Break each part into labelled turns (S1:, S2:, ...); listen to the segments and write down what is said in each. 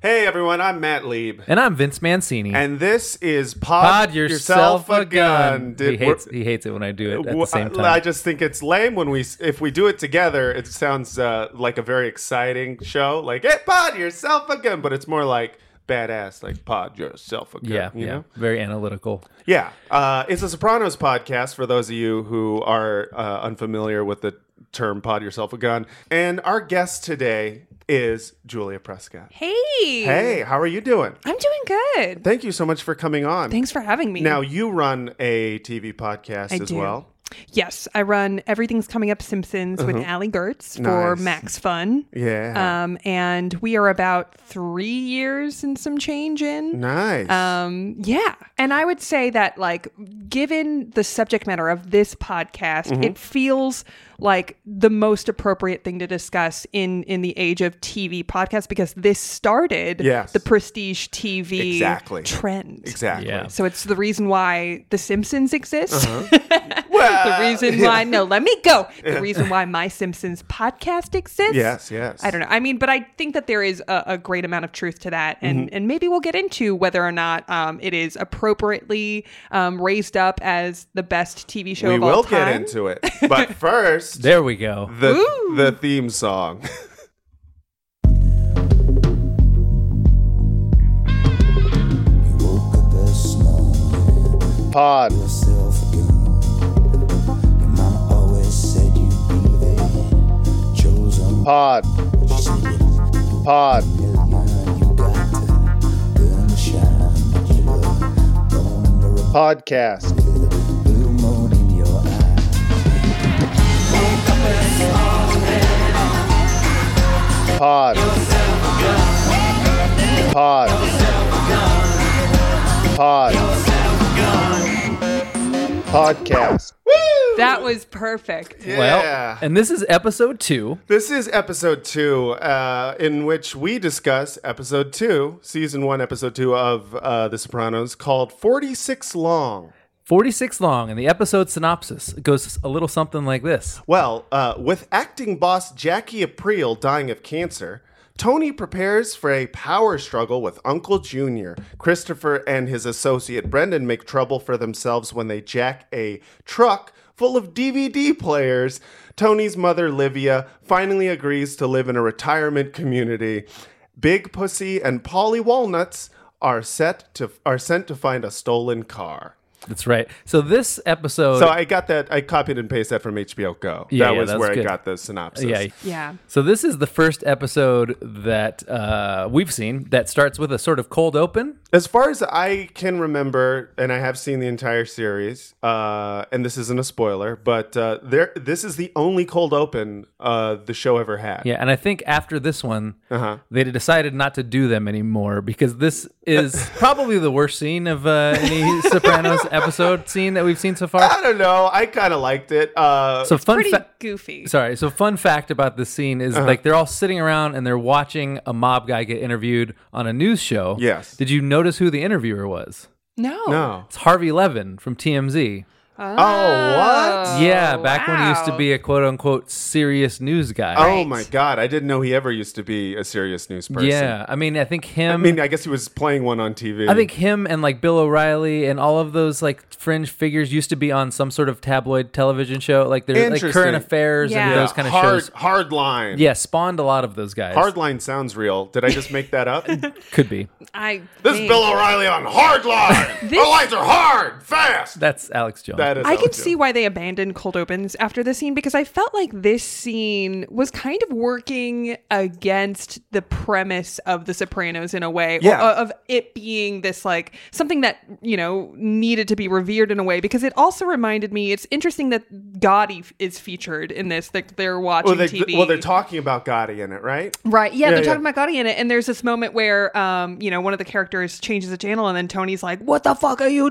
S1: Hey everyone, I'm Matt Lieb.
S2: And I'm Vince Mancini.
S1: And this is Pod,
S2: Pod yourself, a gun.
S1: Did-
S2: he hates he hates it when I do it at
S1: w-
S2: the same time.
S1: I just think it's lame when we if we do it together, it sounds uh, like a very exciting show. Like, hey, pod yourself a gun, but it's more like badass, like pod yourself a gun.
S2: yeah,
S1: you
S2: yeah,
S1: know?
S2: very analytical.
S1: Yeah, uh, it's a Sopranos podcast for those of you who are uh, unfamiliar with the term "pod yourself a gun." And our guest today is Julia Prescott.
S3: Hey.
S1: Hey, how are you doing?
S3: I'm doing good.
S1: Thank you so much for coming on.
S3: Thanks for having me.
S1: Now you run a TV podcast
S3: I
S1: as
S3: do.
S1: well.
S3: yes, I run Everything's Coming Up Simpsons with Allie Gertz for
S1: Uh-huh. Nice.
S3: Max Fun.
S1: Yeah.
S3: Um, and we are about three years and some change in.
S1: nice.
S3: Um, yeah. And I would say that, like, given the subject matter of this podcast,
S1: Mm-hmm.
S3: it feels like the most appropriate thing to discuss in in the age of TV podcasts because this started
S1: Yes.
S3: the prestige TV
S1: Exactly.
S3: trend.
S1: exactly.
S2: Yeah.
S3: So it's the reason why The Simpsons exists.
S1: Uh-huh. Well,
S3: the reason why, no, let me go. The reason why My Simpsons podcast exists.
S1: Yes, yes.
S3: I don't know. I mean, but I think that there is a, a great amount of truth to that. And,
S1: Mm-hmm.
S3: and maybe we'll get into whether or not um, it is appropriately um, raised up as the best TV show
S1: We
S3: of all
S1: will
S3: time.
S1: get into it, but first,
S2: There we go.
S1: the the theme song. Pod. Pod. Pod. Podcast. Pod. Pod. Pod. Podcast.
S3: That was perfect.
S1: Yeah.
S2: Well, and this is episode two.
S1: This is episode two, uh, in which we discuss episode two, season one, episode two of uh, The Sopranos, called 46 Long.
S2: 46 long, and the episode synopsis goes a little something like this.
S1: Well, uh, with acting boss Jackie Aprile dying of cancer, Tony prepares for a power struggle with Uncle Junior. Christopher and his associate Brendan make trouble for themselves when they jack a truck full of DVD players. Tony's mother, Livia, finally agrees to live in a retirement community. Big Pussy and Polly Walnuts are set to are sent to find a stolen car.
S2: That's right. So this episode
S1: So I got that. I copied and pasted that from HBO Go.
S2: Yeah,
S1: that
S2: yeah,
S1: was
S2: that's
S1: where I
S2: good.
S1: got the synopsis.
S2: yeah.
S3: Yeah.
S2: So this is the first episode that uh, we've seen that starts with a sort of cold open
S1: As far as I can remember, and I have seen the entire series, uh, and this isn't a spoiler, but uh, there, this is the only cold open uh, the show ever had.
S2: Yeah, and I think after this one,
S1: Uh-huh.
S2: they decided not to do them anymore because this is probably the worst scene of uh, any Sopranos episode scene that we've seen so
S1: I
S2: far.
S1: don't know. I kind of liked it. Uh,
S2: So fun
S3: Pretty
S2: fact.
S3: goofy.
S2: Sorry. So fun fact about this scene
S1: Uh-huh.
S2: is like they're all sitting around and they're watching a mob guy get interviewed on a news show.
S1: Yes.
S2: Did you notice who the interviewer was?
S3: No.
S1: no.
S2: It's Harvey Levin from TMZ.
S1: Oh, what?
S2: yeah, back when he used to
S3: wow.
S2: be a quote unquote serious news guy.
S1: Oh my god! I didn't know he ever used to be a serious news person.
S2: Yeah, I mean, I think him.
S1: I mean, I guess he was playing one on TV.
S2: I think him and like Bill O'Reilly and all of those like fringe figures used to be on some sort of tabloid television show, like they're like
S1: Interesting.
S2: current affairs
S3: Yeah.
S2: and those kind of
S1: hard,
S2: shows.
S1: Hard line.
S2: Yeah, spawned a lot of those guys.
S1: Hard line sounds real. Did I just make that up? this
S2: Could be.
S3: I
S1: is Bill O'Reiley on hard line. the lines are hard, fast.
S2: That's Alex Jones.
S1: that is.
S3: I
S1: how
S3: can
S1: it's
S3: see
S1: done.
S3: why they abandoned cold opens after this scene because I felt like this scene was kind of working against the premise of The Sopranos in a way,
S1: Yeah.
S3: or, uh, of it being this like something that you know needed to be revered in a way because it also reminded me. It's interesting that Gotti f- is featured in this. That they're watching
S1: Well, they,
S3: TV.
S1: well, they're talking about Gotti in it, right?
S3: Right.
S1: Yeah,
S3: Yeah, they're
S1: yeah.
S3: talking about Gotti in it, and there's this moment where, um, you know, one of the characters changes the channel, and then Tony's like, "What the fuck are you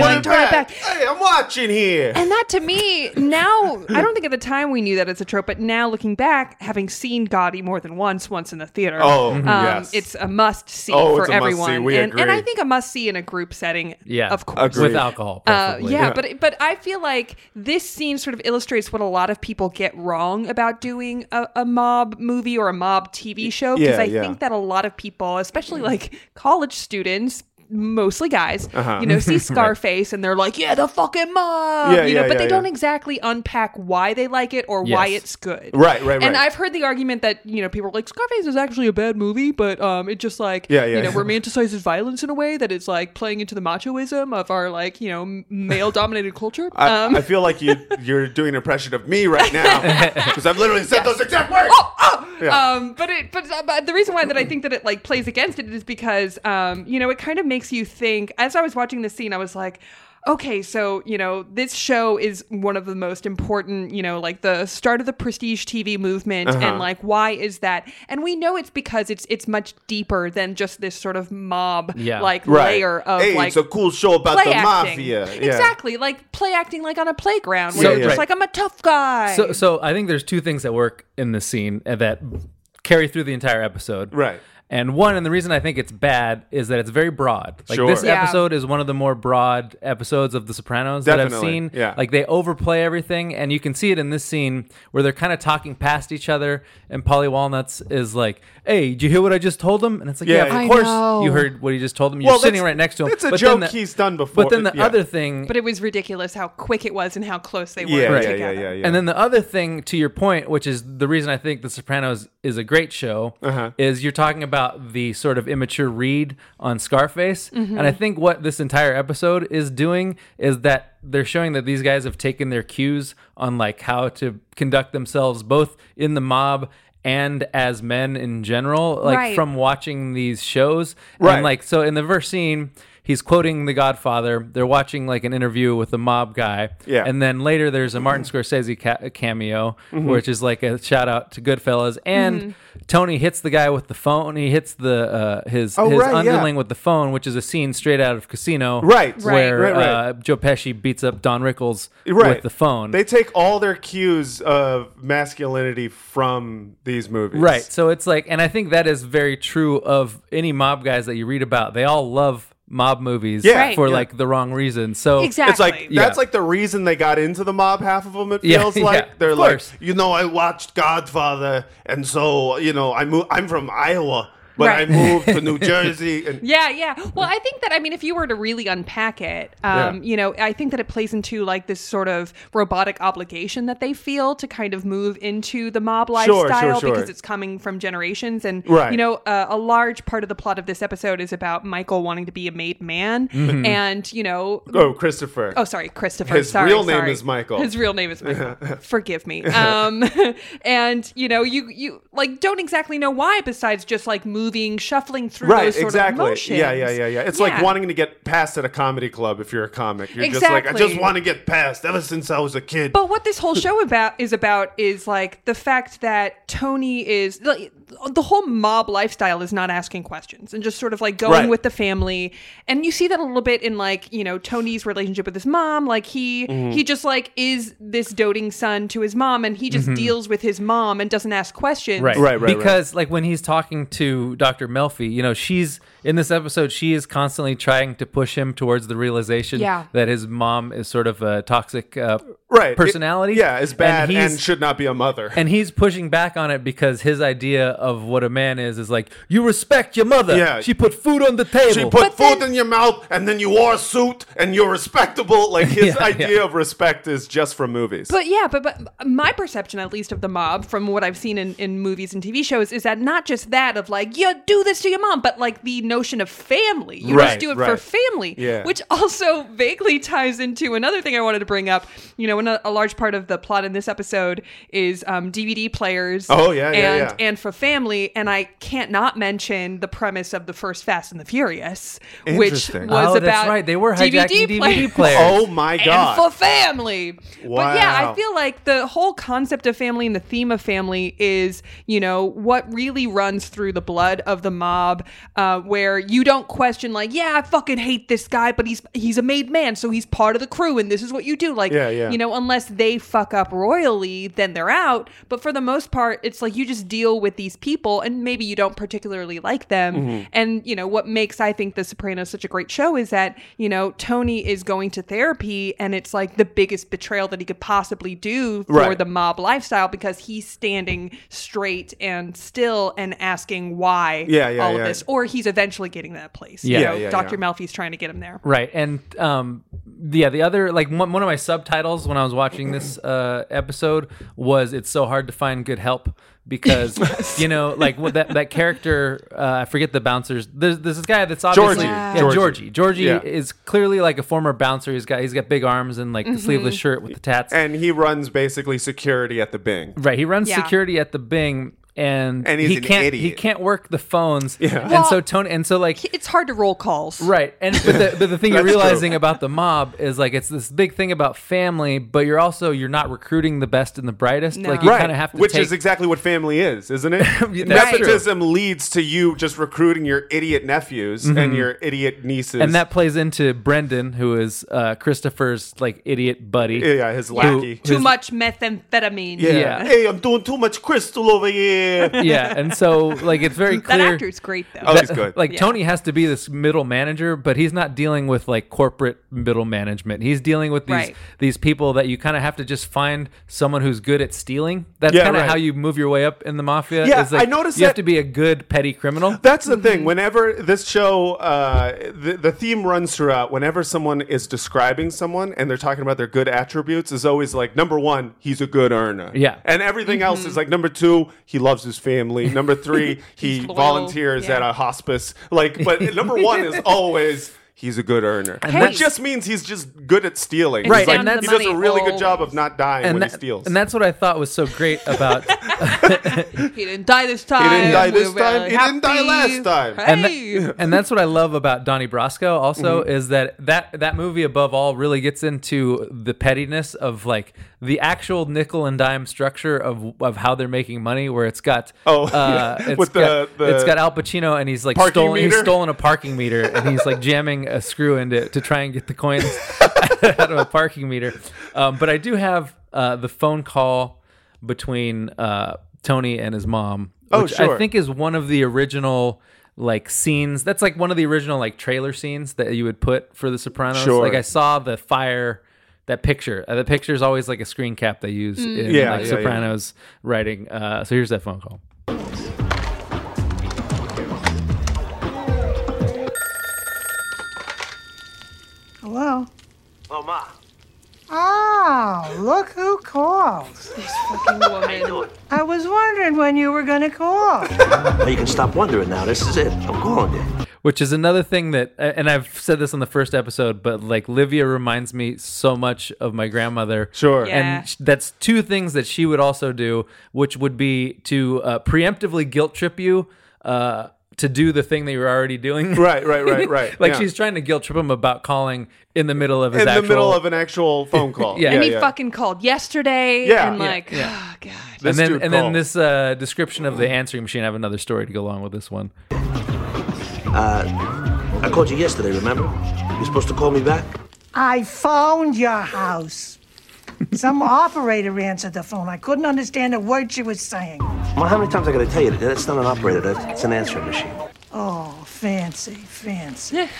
S1: what
S3: like,
S1: is
S3: turn it
S1: that?
S3: back."
S1: Hey, I'm watching here.
S3: And that to me now, I don't think at the time we knew that it's a trope, but now looking back, having seen Gotti more than once, once in the theater,
S1: Oh,
S3: um,
S1: yes.
S3: it's a must see
S1: Oh,
S3: for
S1: it's a must-see.
S3: everyone.
S1: We
S3: and, and I
S1: agree.
S3: think a must see in a group setting,
S2: yeah,
S3: of course.
S1: Agreed.
S2: with alcohol.
S3: Uh,
S2: preferably.
S3: yeah, but but I feel like this scene sort of illustrates what a lot of people get wrong about doing a, a mob movie or a mob TV show because
S1: yeah,
S3: I
S1: yeah.
S3: think that a lot of people, especially like college students. Mostly guys,
S1: Uh-huh.
S3: you know, see Scarface and they're like, "Yeah, the fucking mob,"
S1: Yeah,
S3: you know,
S1: yeah,
S3: but they
S1: yeah,
S3: don't
S1: yeah.
S3: exactly unpack why they like it or why
S2: Yes.
S3: it's good.
S1: Right, right,
S3: And
S1: right.
S3: I've heard the argument that you know people are like, "Scarface is actually a bad movie, but um, it just like
S1: Yeah, yeah,
S3: you know
S1: yeah.
S3: romanticizes violence in a way that is like playing into the machoism of our like you know male dominated culture.
S1: I,
S3: um,
S1: I feel like you you're doing an impression of me right now because I've literally said those exact words.
S3: Oh,
S1: Yeah.
S3: um, but it but, but the reason why that I think that it like plays against it is because um, you know it kind of makes you think. As I was watching this scene, I was like. Okay, so you know this show is one of the most important, you know, like the start of the prestige TV movement,
S2: Uh-huh.
S3: and like why is that? And we know it's because it's it's much deeper than just this sort of mob
S2: Yeah.
S3: like layer of
S1: hey,
S3: like
S1: it's a cool show about the
S3: play acting.
S1: mafia. Yeah.
S3: Exactly, like play acting like on a playground where
S2: So-
S3: you're
S2: right.
S3: just like, I'm a tough guy.
S2: So, so I think there's two things that work in this scene and that carry through the entire episode.
S1: Right.
S2: And one, and the reason I think it's bad is that it's very broad. Like
S1: Sure.
S2: this
S3: Yeah.
S2: episode is one of the more broad episodes of The Sopranos that I've
S1: Definitely,
S2: seen.
S1: yeah.
S2: Like they overplay everything, and you can see it in this scene where they're kind of talking past each other, and Polly Walnuts is like, "Hey, did you hear what I just told him?" And it's like,
S1: Yeah,
S2: "Yeah,
S1: I
S2: of course
S3: know.
S2: you heard what he just told him. You're
S1: Well,
S2: sitting
S1: that's-
S2: right next to him."
S1: that's a
S2: But
S1: joke
S2: then
S1: he's done before.
S2: But then the
S1: Yeah.
S2: other thing,
S3: But it was ridiculous how quick it was and how close they were
S1: Yeah, yeah, yeah,
S3: together.
S1: yeah, yeah.
S2: And then the other thing to your point, which is the reason I think The Sopranos is a great show,
S1: Uh-huh.
S2: is you're talking about the sort of immature read on Scarface. And I think what this entire episode is doing is that they're showing that these guys have taken their cues on like how to conduct themselves both in the mob and as men in general, like
S3: Right.
S2: from watching these shows.
S1: Right.
S2: And like so in the first scene, he's quoting The Godfather. They're watching like an interview with a mob guy.
S1: Yeah.
S2: And then later there's a Martin Scorsese ca- cameo,
S1: Mm-hmm.
S2: which is like a shout out to Goodfellas. And Tony hits the guy with the phone. He hits the uh, his
S1: Oh,
S2: his
S1: right, yeah.
S2: underling with the phone, which is a scene straight out of Casino.
S1: Right. Right.
S2: Where
S1: Right, right.
S2: Uh, Joe Pesci beats up Don Rickles
S1: Right.
S2: with the phone.
S1: They take all their cues of masculinity from these movies.
S2: Right. So it's like, and I think that is very true of any mob guys that you read about. They all love mob movies
S1: Yeah. Right.
S2: for
S1: Yeah.
S2: like the wrong reason. So
S3: Exactly.
S1: It's like
S2: Yeah.
S1: that's like the reason they got into the mob. Half of them, it
S2: Yeah,
S1: feels
S2: yeah,
S1: like
S2: of
S1: they're like,
S2: course.
S1: you know, I watched Godfather, and so you know, I mo- I'm from Iowa, but I
S3: Right.
S1: moved to New Jersey, and
S3: Yeah, yeah. Well, I think that I mean, if you were to really unpack it,
S1: Yeah.
S3: um, you know, I think that it plays into like this sort of robotic obligation that they feel to kind of move into the mob
S1: sure,
S3: lifestyle
S1: sure.
S3: because it's coming from generations, and
S1: Right.
S3: you know, uh, a large part of the plot of this episode is about Michael wanting to be a made man,
S1: Mm-hmm.
S3: and you know,
S1: oh, Christopher.
S3: Oh, sorry, Christopher.
S1: His
S3: sorry,
S1: real name
S3: sorry.
S1: is Michael.
S3: His real name is Michael. Forgive me. Um, and you know, you you like don't exactly know why, besides just like moving, shuffling through
S1: Right,
S3: those sort
S1: exactly.
S3: of motions.
S1: Yeah, yeah, yeah, yeah. It's like
S3: Yeah.
S1: wanting to get passed at a comedy club if you're a comic. You're just like, I
S3: Exactly.
S1: just want to get passed ever since I was a kid.
S3: But what this whole show about is about is like the fact that Tony is like, the whole mob lifestyle is not asking questions and just sort of like going
S1: Right.
S3: with the family. And you see that a little bit in like, you know, Tony's relationship with his mom, like he he just like is this doting son to his mom and he just deals with his mom and doesn't ask questions.
S2: Right.
S1: Right, right, right.
S2: Because like when he's talking to Dr. Melfi, you know, she's in this episode, she is constantly trying to push him towards the realization
S4: Yeah.
S2: that his mom is sort of a toxic uh,
S1: right. It-
S2: personality.
S1: yeah, is bad and,
S2: he's-
S1: should not be a mother.
S2: and he's pushing back on it because his idea of what a man is is like you respect your mother.
S1: Yeah.
S2: She put food on the table.
S1: she put food in your mouth and then you wore a suit and you're respectable. Like his idea of respect is just from movies.
S3: But yeah, but, but my perception, at least of the mob, from what I've seen in, in movies and TV shows, is that not just that of like, you do this to your mom, but like the notion of family. You
S1: Right,
S3: just do it for
S1: right.
S3: family.
S1: Yeah.
S3: Which also vaguely ties into another thing I wanted to bring up. You know, and a, a large part of the plot in this episode is um, DVD players.
S1: Oh, yeah, yeah,
S3: and,
S1: yeah.
S3: And for family. And I can't not mention the premise of the first Fast and the Furious, which was
S1: Interesting.
S2: Oh,
S3: about
S2: that's right. They were hijacking DVD
S3: players.
S2: players.
S1: oh my
S3: and
S1: god.
S3: for family. But yeah,
S1: Wow.
S3: I feel like the whole concept of family and the theme of family is, you know, what really runs through the blood of the mob, uh, where you don't question like, yeah, I fucking hate this guy, but he's he's a made man, so he's part of the crew, and this is what you do. Like,
S1: Yeah, yeah.
S3: you know, unless they fuck up royally, then they're out. But for the most part, it's like you just deal with these people, and maybe you don't particularly like them.
S1: Mm-hmm.
S3: And you know what makes I think The Sopranos such a great show is that you know Tony is going to therapy, and it's like the biggest betrayal that he could possibly do for
S1: Right.
S3: the mob lifestyle because he's standing straight and still and asking why
S1: Yeah, yeah,
S3: all
S1: yeah.
S3: of this, or he's eventually getting to that place.
S2: Yeah.
S3: you know,
S1: Yeah, yeah,
S3: Doctor
S1: yeah.
S3: Malfi's trying to get him there.
S2: Right, and um, yeah, the other like one, one of my subtitles when I was watching this uh, episode was "It's so hard to find good help" because you know, like what that that character uh, I forget the bouncers. There's, there's this guy that's obviously
S1: Georgie.
S2: yeah,
S1: Georgie.
S2: Georgie. Georgie.
S1: Yeah.
S2: is clearly like a former bouncer. He's got he's got big arms and like the sleeveless shirt with the tats.
S1: and he runs basically security at the Bing.
S2: right, he runs
S3: Yeah.
S2: security at the Bing. And,
S1: And he's
S2: he
S1: an
S2: can't he
S1: idiot.
S2: can't work the phones. Yeah. And so Tony and so like
S3: It's hard to roll calls.
S2: Right. And but the, but the thing you're
S1: That's true.
S2: realizing about the mob is like it's this big thing about family, but you're also you're not recruiting the best and the brightest. Like you
S1: right,
S2: kind of have to
S1: which
S2: take,
S1: is exactly what family is, isn't it?
S2: That's true.
S1: Nepotism leads to you just recruiting your idiot nephews and your idiot nieces.
S2: Mm-hmm. and that plays into Brendan, who is uh, Christopher's like idiot buddy.
S1: yeah, his lackey.
S3: Too much methamphetamine.
S1: yeah.
S2: yeah.
S1: Hey, I'm doing too much crystal over here.
S2: Yeah, and so like it's very
S3: That
S2: clear.
S3: actor's great though.
S1: Oh, he's good.
S2: Like Tony has to be this middle manager, but he's not dealing with like corporate middle management. He's dealing with these
S3: Right.
S2: these people that you kind of have to just find someone who's good at stealing. That's
S1: Yeah,
S2: kind of
S1: right.
S2: how you move your way up in the mafia.
S1: Yeah,
S2: is, like,
S1: I noticed
S2: you have to
S1: that-
S2: be a good petty criminal.
S1: That's the
S2: Mm-hmm.
S1: thing. Whenever this show, uh, the, the theme runs throughout. Whenever someone is describing someone and they're talking about their good attributes, is always like number one, he's a good earner.
S2: Yeah. Mm-hmm.
S1: and everything else is like number two, he loves his family. Number three, he
S3: loyal.
S1: volunteers
S3: Yeah.
S1: at a hospice. Like, but number one is always. He's a good earner.
S3: Hey.
S1: That just means he's just good at stealing.
S2: Right,
S1: He's like,
S2: and that's-
S1: he does a really good
S3: Always.
S1: job of not dying when
S2: that-
S1: he steals.
S2: and that's what I thought was so great about
S3: He didn't die this time.
S1: he didn't die
S3: We're
S1: this time.
S3: really
S1: He didn't die
S3: happy.
S1: last time.
S2: and, tha-
S3: Hey.
S2: and that's what I love about Donnie Brasco also
S1: Mm-hmm.
S2: is that, that that movie above all really gets into the pettiness of like the actual nickel and dime structure of of how they're making money where it's got
S1: Oh,
S2: uh,
S1: yeah.
S2: it's
S1: With the-
S2: got,
S1: the-
S2: it's got Al Pacino and he's like
S1: Parking
S2: stolen he's
S1: meter?
S2: stolen a parking meter and he's like jamming a screw into it to try and get the coins out of a parking meter um, but I do have uh, the phone call between uh, Tony and his mom
S1: Oh,
S2: which I
S1: sure.
S2: think is one of the original like scenes. That's like one of the original like trailer scenes that you would put for The Sopranos.
S1: Sure.
S2: Like I saw the fire, that picture. Uh, the picture is always like a screen cap they use in
S1: Yeah,
S2: like
S1: yeah,
S2: Sopranos writing. Uh, so here's that phone call.
S5: Hello.
S6: Oh, Ma.
S5: Oh, look who calls. I was wondering when you were going to call.
S6: Well, you can stop wondering now. This is it. I'm calling you.
S2: Which is another thing that, uh, and I've said this on the first episode, but like Livia reminds me so much of my grandmother.
S1: Sure.
S3: Yeah.
S2: And sh- that's two things that she would also do, which would be to uh, preemptively guilt trip you uh, to do the thing that you're already doing.
S1: Right, right, right, right.
S2: like
S1: Yeah.
S2: she's trying to guilt trip him about calling in the middle of his
S1: in the
S2: actual
S1: middle of an actual phone call.
S2: Yeah.
S3: and he
S2: yeah.
S3: fucking called yesterday
S1: Yeah.
S3: and
S1: Yeah,
S3: like "Oh,
S2: yeah.
S3: God.
S2: and
S1: This
S2: then
S1: dude
S2: and then
S1: called.
S2: this uh, description of the answering machine. I have another story to go along with this one.
S6: Uh, I called you yesterday, remember? You're supposed to call me back?
S5: I found your house. Some operator answered the phone. I couldn't understand a word she was saying.
S6: Well, how many times I gotta tell you that that's not an operator, that's, it's an answering machine.
S5: Oh, fancy, fancy.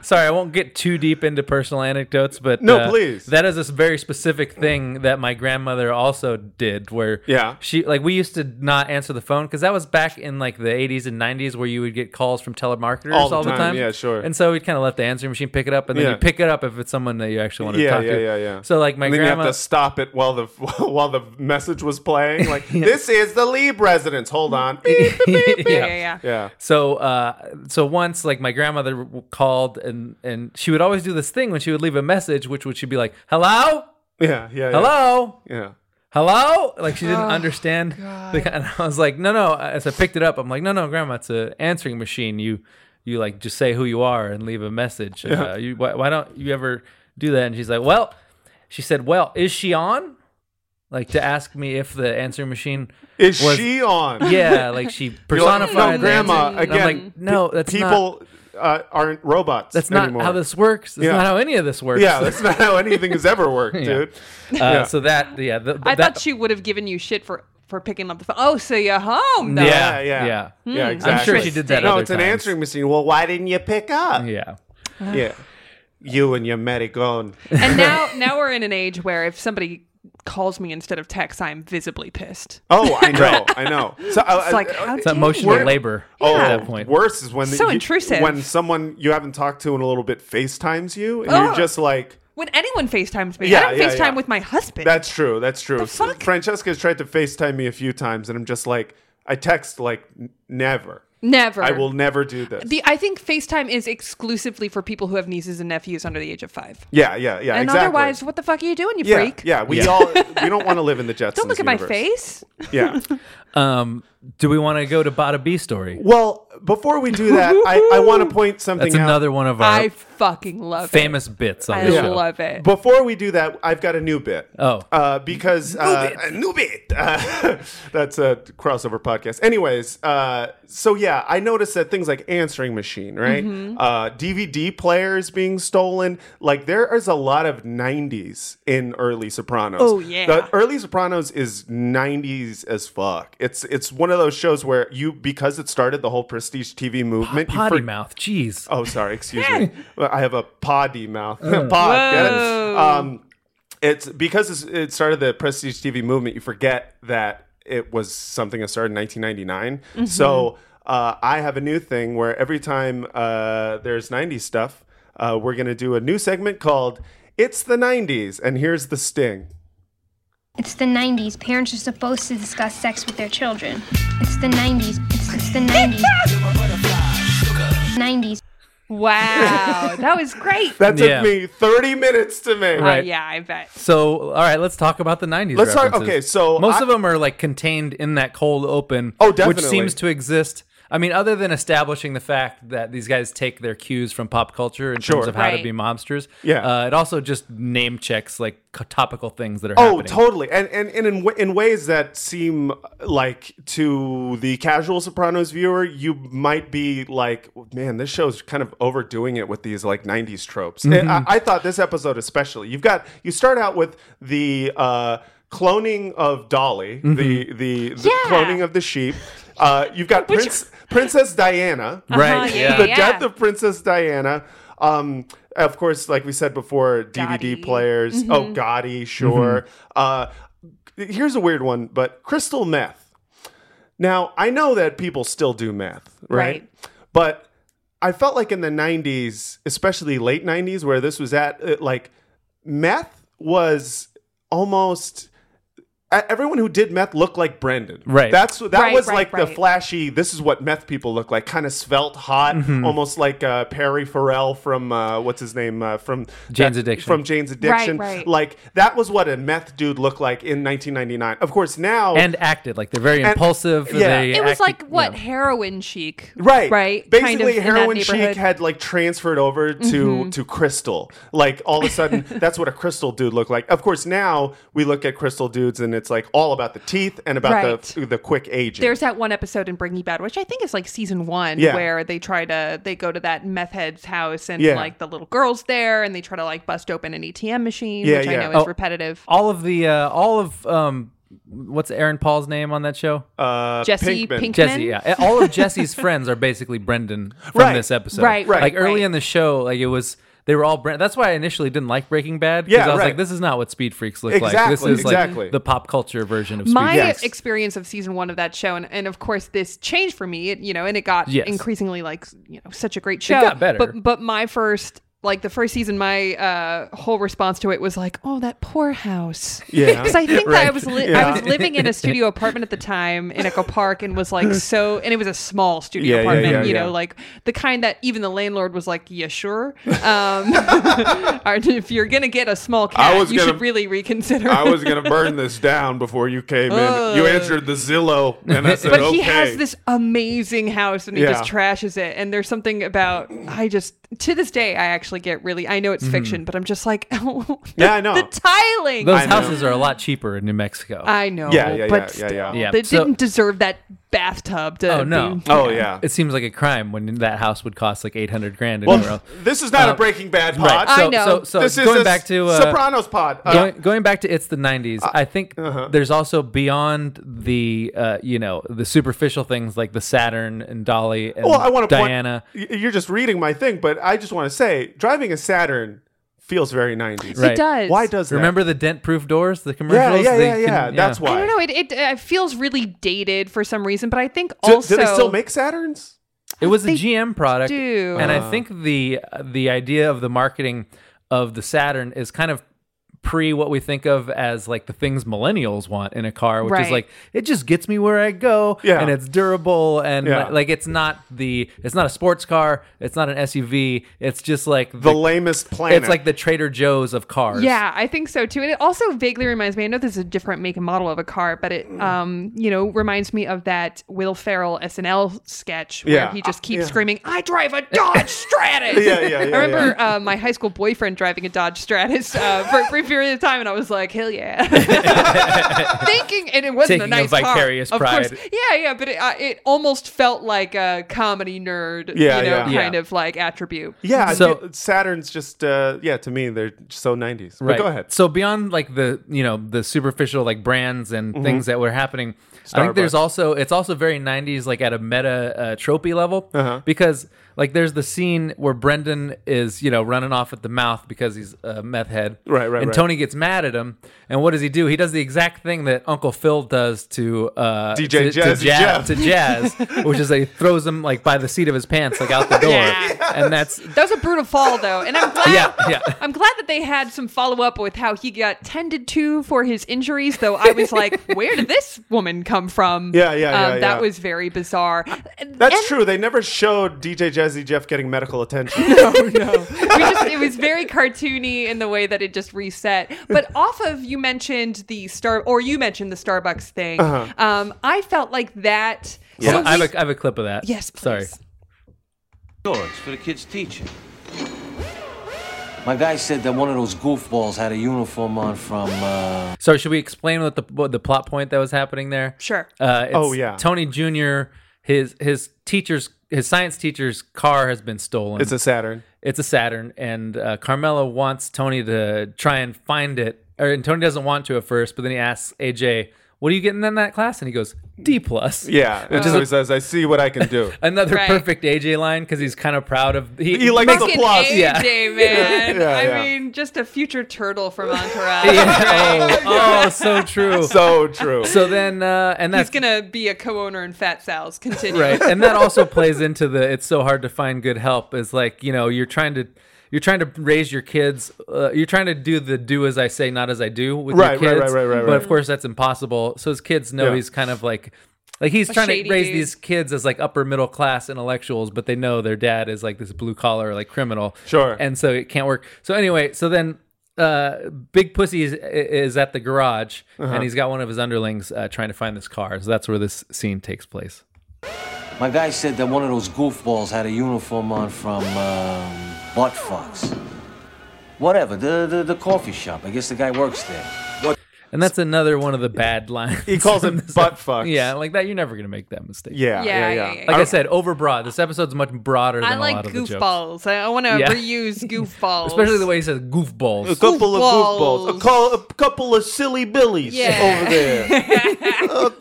S2: Sorry, I won't get too deep into personal anecdotes, but uh,
S1: No, please.
S2: That is a s- very specific thing that my grandmother also did, where
S1: Yeah.
S2: she like we used to not answer the phone because that was back in like the 80s and 90s where you would get calls from telemarketers
S1: All
S2: all
S1: the
S2: the,
S1: time,
S2: time,
S1: yeah, sure.
S2: And so we'd kind of let the answering machine pick it up, and then
S1: Yeah.
S2: you pick it up if it's someone that you actually want to
S1: Yeah,
S2: talk
S1: yeah,
S2: to.
S1: yeah, yeah.
S2: So like my
S1: and then
S2: grandma,
S1: you have to stop it while the while the message was playing. Like this is the Lee residence. Hold on. Beep, beep, beep, beep.
S3: Yeah, yeah, yeah.
S1: Yeah.
S2: So, uh, so once like my grandmother w- called and and she would always do this thing when she would leave a message, which would she'd be like, "Hello,
S1: Yeah. Yeah.
S2: hello,
S1: Yeah.
S2: hello," like she
S1: Oh,
S2: didn't understand. The, ki- and I was like, "No, no." As I picked it up, I'm like, "No, no, grandma, it's a answering machine. You you like just say who you are and leave a message. Uh, you, why, why don't you ever do that?" And she's like, "Well," she said, "Well, is she on?" Like to ask me if the answering machine
S1: Is
S2: was-
S1: she on?
S2: yeah, like she
S1: You're like,
S2: personified.
S1: no,
S2: the
S1: Grandma.
S2: answer. And
S1: Again,
S2: I'm like, no,
S1: pe-
S2: that's not-
S1: people uh, aren't robots.
S2: That's not
S1: anymore.
S2: how this works. That's
S1: Yeah.
S2: not how any of this works.
S1: Yeah, that's not how anything has ever worked, dude.
S2: Uh, So that, yeah, th-
S3: I
S2: that,
S3: thought she would have given you shit for for picking up the phone. Oh, so you're home though.
S2: Yeah,
S1: yeah,
S2: yeah. Hmm,
S1: yeah. Exactly.
S2: I'm sure she did that
S1: No,
S2: other
S1: it's an
S2: times.
S1: answering machine. Well, why didn't you pick up?
S2: yeah.
S1: Yeah, you and your Marigone.
S3: And now now we're in an age where if somebody calls me instead of text, I'm visibly pissed.
S1: Oh, I know, I know. So I,
S3: It's like,
S1: I-
S3: how
S2: It's
S3: dare
S2: emotional
S3: you?
S2: labor
S1: Oh,
S2: at that point.
S1: worse is when the-
S3: So
S1: you-
S3: intrusive.
S1: When someone you haven't talked to in a little bit FaceTimes you, and you're
S3: Ugh.
S1: just like,
S3: When anyone FaceTimes me,
S1: Yeah,
S3: I don't
S1: yeah,
S3: FaceTime
S1: yeah.
S3: with my husband.
S1: "That's true, that's true."
S3: The fuck?
S1: Francesca has tried to FaceTime me a few times, and I'm just like, I text like, "N- "Never,
S3: Never.
S1: I will never do this."
S3: The I think FaceTime is exclusively for people who have nieces and nephews under the age of five.
S1: yeah, yeah, yeah.
S3: and
S1: exactly.
S3: otherwise, what the fuck are you doing, you
S1: yeah,
S3: freak?
S1: yeah. We
S2: Yeah.
S1: all we don't want to live in the Jetsons.
S3: Don't look at my
S1: universe.
S3: face.
S1: Yeah.
S2: Um, do we want to go to Bada B story?
S1: Well, before we do that, I, I want to point something
S2: That's
S1: out.
S2: another one of our
S3: I fucking love
S2: famous
S3: it.
S2: bits on
S3: I
S2: the show.
S3: love it.
S1: Before we do that, I've got a new bit.
S2: Oh.
S1: uh, because uh, a new bit. Uh, that's a crossover podcast. Anyways, uh, so yeah, I noticed that things like answering machine, right?
S3: Mm-hmm.
S1: Uh, DVD players being stolen. Like there is a lot of '90s in early Sopranos.
S3: Oh, yeah.
S1: The early Sopranos is '90s as fuck. It's it's one of those shows where you because it started the whole prestige TV movement. you
S2: Potty
S1: for-
S2: mouth, jeez.
S1: Oh, sorry. Excuse me. Well, I have a poddy mouth. Pod. get it? Um, it's because it's, it started the prestige TV movement. You forget that it was something that started in 1999.
S2: Mm-hmm.
S1: So uh, I have a new thing where every time uh, there's 90s stuff, uh, we're gonna do a new segment called "It's the 90s," and here's the sting.
S7: It's the 90s. Parents are supposed to discuss sex with their children. It's the 90s. It's, it's the 90s. 90s.
S3: Wow, that was great.
S1: That took
S2: Yeah.
S1: me 30 minutes to make.
S3: Uh,
S2: Right.
S3: yeah, I bet.
S2: So, all right, let's talk about the '90s.
S1: Let's talk-
S2: references.
S1: okay, so
S2: most
S1: I-
S2: of them are like contained in that cold open.
S1: Oh, definitely.
S2: which seems to exist. I mean, other than establishing the fact that these guys take their cues from pop culture in
S1: Sure.
S2: terms of how to
S3: Right.
S2: be mobsters,
S1: Yeah.
S2: uh, it also just name checks like c- topical things that are.
S1: Oh,
S2: happening.
S1: totally, and and, and in, wa- in ways that seem uh, like to the casual Sopranos viewer, you might be like, "Man, this show's kind of overdoing it with these like '90s tropes."
S2: Mm-hmm.
S1: And I, I thought this episode especially. You've got you start out with the uh, cloning of Dolly,
S2: Mm-hmm.
S1: the the, the
S3: Yeah.
S1: cloning of the sheep. Uh, you've got Prince, Princess Diana,
S2: Right,
S3: Uh-huh,
S2: yeah.
S1: the
S3: yeah.
S1: death of Princess Diana. Um, of course, like we said before, DVD
S3: Gotti.
S1: players. Oh, Gotti, sure.
S2: Mm-hmm.
S1: Uh, here's a weird one, but crystal meth. Now I know that people still do meth, right?
S3: Right.
S1: But I felt like in the '90s, especially late '90s, where this was at, it, like meth was almost e- everyone who did meth looked like Brandon.
S2: Right.
S1: That's that
S2: Right,
S1: was
S2: right,
S1: like the
S2: right.
S1: flashy. This is what meth people look like. Kind of svelte, hot,
S2: Mhm.
S1: almost like uh, Perry Farrell from uh, what's his name uh, from
S2: Jane's
S1: that-
S2: Addiction.
S1: From Jane's
S2: Right,
S1: Addiction.
S2: right.
S1: Like that was what a meth dude looked like in 1999. Of course, now
S2: and acted like they're very
S1: And-
S2: impulsive.
S1: yeah.
S2: they
S3: It was
S2: acted-
S3: like what heroin chic,
S1: Right,
S3: Right,
S1: Basically,
S3: Kind of in that
S1: heroin chic
S3: neighborhood.
S1: had like transferred over to
S3: Mhm.
S1: to crystal. Like all of a sudden, that's what a crystal dude looked like. Of course, now we look at crystal dudes, and it's like all about the teeth and about the the quick aging.
S3: There's that one episode in Breaking Bad, which I think is like season one,
S1: Yeah.
S3: where they try to they go to that meth head's house and
S2: Yeah.
S3: like the little girls there, and they try to like bust open an ATM machine,
S2: Yeah,
S3: which
S2: yeah.
S3: I know is
S2: Oh.
S3: repetitive.
S2: all of the uh, all of um, what's Aaron Paul's name on that show?
S1: Uh,
S3: Jesse Pinkman. Pinkman?
S2: Jesse, yeah. All of Jesse's friends are basically Brendan from
S1: Right.
S2: this episode.
S1: Right, Right.
S2: Like early
S1: right.
S2: in the show, like it was. They were all Brand. That's why I initially didn't like Breaking Bad. 'cause
S1: Yeah,
S2: I was
S1: right.
S2: like, this is not what Speed Freaks look like. This
S1: Exactly,
S2: is
S1: exactly.
S2: like the pop culture version of Speed
S3: My
S2: Freaks.
S3: experience of season one of that show, and, and of course this changed for me, it- you know, and it got
S2: Yes.
S3: increasingly like you know such a great
S2: It
S3: show.
S2: got better.
S3: but but my first like the first season, my uh, whole response to it was like, oh, that poor house.
S5: Yeah.
S3: because I think that I
S5: Right.
S3: was li-
S5: Yeah.
S3: I was living in a studio apartment at the time in Echo Park, and was like so, and it was a small studio
S5: Yeah, yeah,
S3: apartment,
S5: yeah,
S3: you
S5: yeah.
S3: know, like the kind that even the landlord was like, yeah, sure. Um, if you're gonna get a small
S1: I
S3: cat,
S1: was
S3: you
S1: gonna-
S3: should really reconsider.
S1: I was gonna burn this down before you came in. You
S3: Ugh.
S1: answered the Zillow, and I said,
S3: but
S1: "Okay."
S3: he has this amazing house and he just
S1: Yeah.
S3: trashes it and there's something about i just to this day i actually get really i know it's
S2: Mhm.
S3: fiction but i'm just like oh
S1: Mm-hmm. yeah i know
S3: the tiling
S2: Those houses are a lot cheaper in New Mexico.
S1: Uh,
S3: I know, Yeah, yeah, but yeah, yeah, yeah. they
S2: so-
S3: didn't deserve that bathtub to
S2: Oh no!
S3: be-
S2: It seems like a crime when that house would cost like eight hundred grand.
S1: Well,
S2: anywhere else.
S1: this is not a Breaking Bad pod.
S2: Uh, Right. So,
S1: I know.
S2: So, so
S1: This is
S2: going
S1: a
S2: back to uh,
S1: Sopranos pod. Uh, uh-huh.
S2: going, going back to it's the '90s. I think there's also beyond the uh, you know the superficial things like the Saturn and Dolly and
S1: well, I want to
S2: Diana.
S1: Point, y- you're just reading my thing, but I just want to say, driving a Saturn feels very 90s.
S2: Right. does.
S1: Why does that?
S2: Remember the dent-proof doors, the
S1: yeah,
S2: commercials? They
S1: yeah,
S2: can-
S1: yeah. That's why.
S3: i don't know it, it uh, feels really dated for some reason but i think
S1: Do-
S3: also
S1: do they still make Saturns?
S2: It was a GM product,
S3: do.
S2: and
S3: Ah.
S2: I think the the idea of the marketing of the Saturn is kind of pre what we think of as like the things millennials want in a car, which
S8: Right.
S2: is like it just gets me where I go,
S8: Yeah.
S2: and it's durable, and
S8: Yeah.
S2: li- like it's not the it's not a sports car, it's not an SUV, it's just like the,
S1: lamest planet.
S2: It's like the Trader Joe's of cars.
S3: Yeah, I think so too. And it also vaguely reminds me. I know this is a different make and model of a car, but it, um, you know, reminds me of that Will Ferrell SNL sketch where
S5: Yeah.
S3: he just
S5: Uh,
S3: keeps
S5: yeah.
S3: screaming, "I drive a Dodge Stratus."
S5: Yeah, yeah, yeah,
S3: I remember
S5: yeah.
S3: Uh, my high school boyfriend driving a Dodge Stratus uh, for, for a period of time, and I was like, "Hell yeah!" Thinking, and it wasn't
S2: Taking a
S3: a nice car,
S2: vicarious
S3: of course.
S2: pride.
S3: Yeah, yeah, but it, uh, it almost felt like a comedy nerd,
S1: Yeah,
S3: you know,
S1: yeah.
S3: kind
S1: Yeah.
S3: of like attribute.
S1: Yeah,
S2: So-
S1: so Saturn's just uh, yeah. To me, they're so 90s. But
S2: Right.
S1: go ahead.
S2: So beyond like the you know the superficial like brands and
S1: Mhm.
S2: things that were happening, I think there's
S1: Starbucks.
S2: also it's also very 90s like at a meta uh, tropey level
S1: Uh-huh.
S2: because like there's the scene where Brendan is you know running off at the mouth because he's a meth head,
S1: Right, right,
S2: And
S1: right.
S2: Tony gets mad at him, and what does he do? He does the exact thing that Uncle Phil does to uh,
S1: DJ
S2: to,
S1: Jazzy
S2: to Jazz,
S1: Jeff.
S2: to Jazz, which is that he throws him like by the seat of his pants like out the door, and that's
S3: That was a brutal fall, though, and I'm glad.
S2: yeah yeah.
S3: I'm glad that they had some follow up with how he got tended to for his injuries, though I was like, where did this woman come from? Um,
S1: Yeah, yeah, yeah,
S3: That
S1: yeah.
S3: was very bizarre.
S1: That's true. They never showed DJ Jazzy Jeff getting medical attention.
S3: We just, it was very cartoony in the way that it just reset. But off of you mentioned the Star, or you mentioned the Starbucks thing,
S2: Uh-huh.
S3: um, I felt like that.
S2: Hold
S3: so
S2: on, I,
S3: we-
S2: have a, I have a clip of that.
S3: Yes, please.
S2: Sorry.
S8: Doors for the kids' teacher. My guy said that one of those goofballs had a uniform on from. Uh...
S2: So should we explain what the what the plot point that was happening there?
S3: Sure.
S2: Uh, it's
S1: Oh, yeah.
S2: Tony Jr. His his teacher's his science teacher's car has been stolen.
S1: It's a Saturn.
S2: It's a Saturn, and uh, Carmela wants Tony to try and find it. Or and Tony doesn't want to at first, but then he asks AJ, "What are you getting in that class?" And he goes, "D plus."
S1: yeah, and
S2: which
S1: so he
S2: is a-
S1: says, "I see what I can do."
S2: another
S3: Right.
S2: perfect AJ line because he's kind of proud of he,
S1: He likes the
S3: Fucking
S1: plus.
S2: Yeah.
S3: AJ, man.
S2: Yeah,
S3: I
S2: yeah.
S3: mean, just a future turtle from Entourage.
S2: Yeah. Oh, oh, so true.
S1: So true.
S2: So then, uh, and that's
S3: He's gonna be a co-owner in Fat Sal's. Continue.
S2: right and that also plays into the it's so hard to find good help is like you know you're trying to you're trying to raise your kids. Uh, you're trying to do the do as I say, not as I do with
S1: Right,
S2: your
S1: right,
S2: kids.
S1: right, right, right,
S2: But
S1: right.
S2: of course, that's impossible. So his kids know
S1: Yeah.
S2: he's kind of like. Like he's
S1: A
S2: trying to
S1: shady
S2: raise
S1: dude.
S2: these kids as like upper middle class intellectuals, but they know their dad is like this blue collar like criminal. Sure. And so it can't work. So anyway, so then uh Big Pussy is, is at the garage
S8: Uh-huh.
S2: and he's got one of his underlings uh, trying to find this car. So that's where this scene takes place.
S8: My guy said that one of those goofballs had a uniform on from um, Butt Fox. Whatever, the, the, the coffee shop. I guess the guy works there. What?
S2: And that's another one of the bad lines.
S8: He calls
S2: from
S8: it
S2: this
S8: butt
S2: ep-
S8: fucks.
S2: Yeah, like that. You're never gonna make that mistake.
S1: Yeah, Yeah, yeah, yeah. yeah, yeah.
S2: Like I said, overbroad. This episode's much broader than
S3: I
S2: a
S3: like
S2: lot of the jokes.
S3: goofballs. I, want to
S2: Yeah.
S3: reuse goofballs.
S2: Especially the way he says goofballs.
S1: A couple of goofballs. A, call, a couple of silly billies
S3: Yeah.
S1: over there.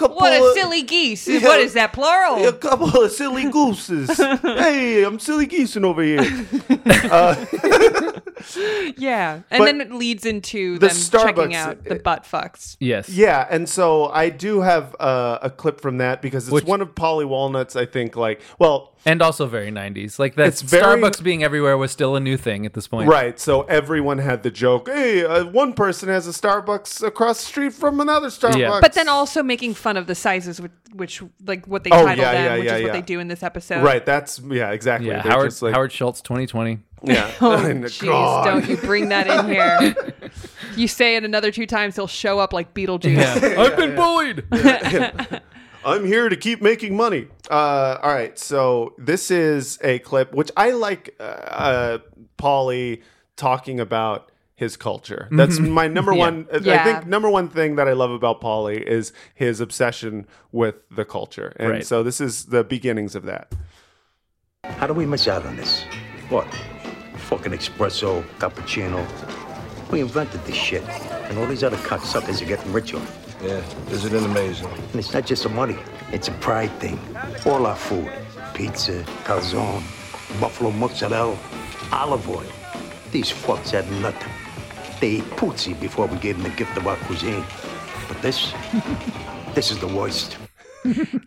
S3: what a silly geese.
S1: Yeah.
S3: What is that plural?
S1: a couple of silly gooses. hey, I'm silly geesing over here. Uh,
S3: Yeah,
S1: But
S3: and then it leads into
S1: the
S3: them checking
S1: Starbucks- uh,
S3: out the butt fucks.
S2: Yes.
S1: Yeah, and so I do have uh, a clip from that because it's
S2: Which-
S1: one of Polly Walnut's. I think like well,
S2: and also very 90s. Like that.
S1: It's very-
S2: Starbucks being everywhere was still a new thing at this point.
S1: Right. So everyone had the joke. Hey, uh, one person has a Starbucks across the street from another Starbucks.
S3: But then also making fun of the sizes, which, which like what they
S1: Oh,
S3: title
S1: yeah,
S3: them,
S1: yeah,
S3: which
S1: yeah,
S3: is
S1: yeah.
S3: what they do in this episode.
S1: right. That's yeah. Exactly.
S2: Yeah.
S1: They're
S2: Howard
S1: just like-
S2: Howard Schultz 2020.
S1: Yeah.
S3: Oh,
S1: And the
S3: jeez,
S1: God.
S3: don't you bring that in here. you say it another two times, he'll show up like Beetlejuice.
S2: I've been bullied.
S1: I'm here to keep making money. Uh, all right, so this is a clip which I like uh, uh, Paulie talking about his culture. That's
S9: Mhm.
S1: my number
S9: Yeah.
S1: one. I- I
S9: Yeah.
S1: think number one thing that I love about Paulie is his obsession with the culture, and
S9: Right.
S1: so this is the beginnings of that.
S6: How do we miss out on this? What? Fucking espresso, cappuccino. We invented this shit. And all these other cocksuckers are getting rich on it. Yeah, isn't it amazing? And it's not just the money, it's a pride thing. All our food pizza, calzone, buffalo mozzarella, olive oil. These fucks had nothing. They ate pootsie before we gave them the gift of our cuisine. But this, this is the worst.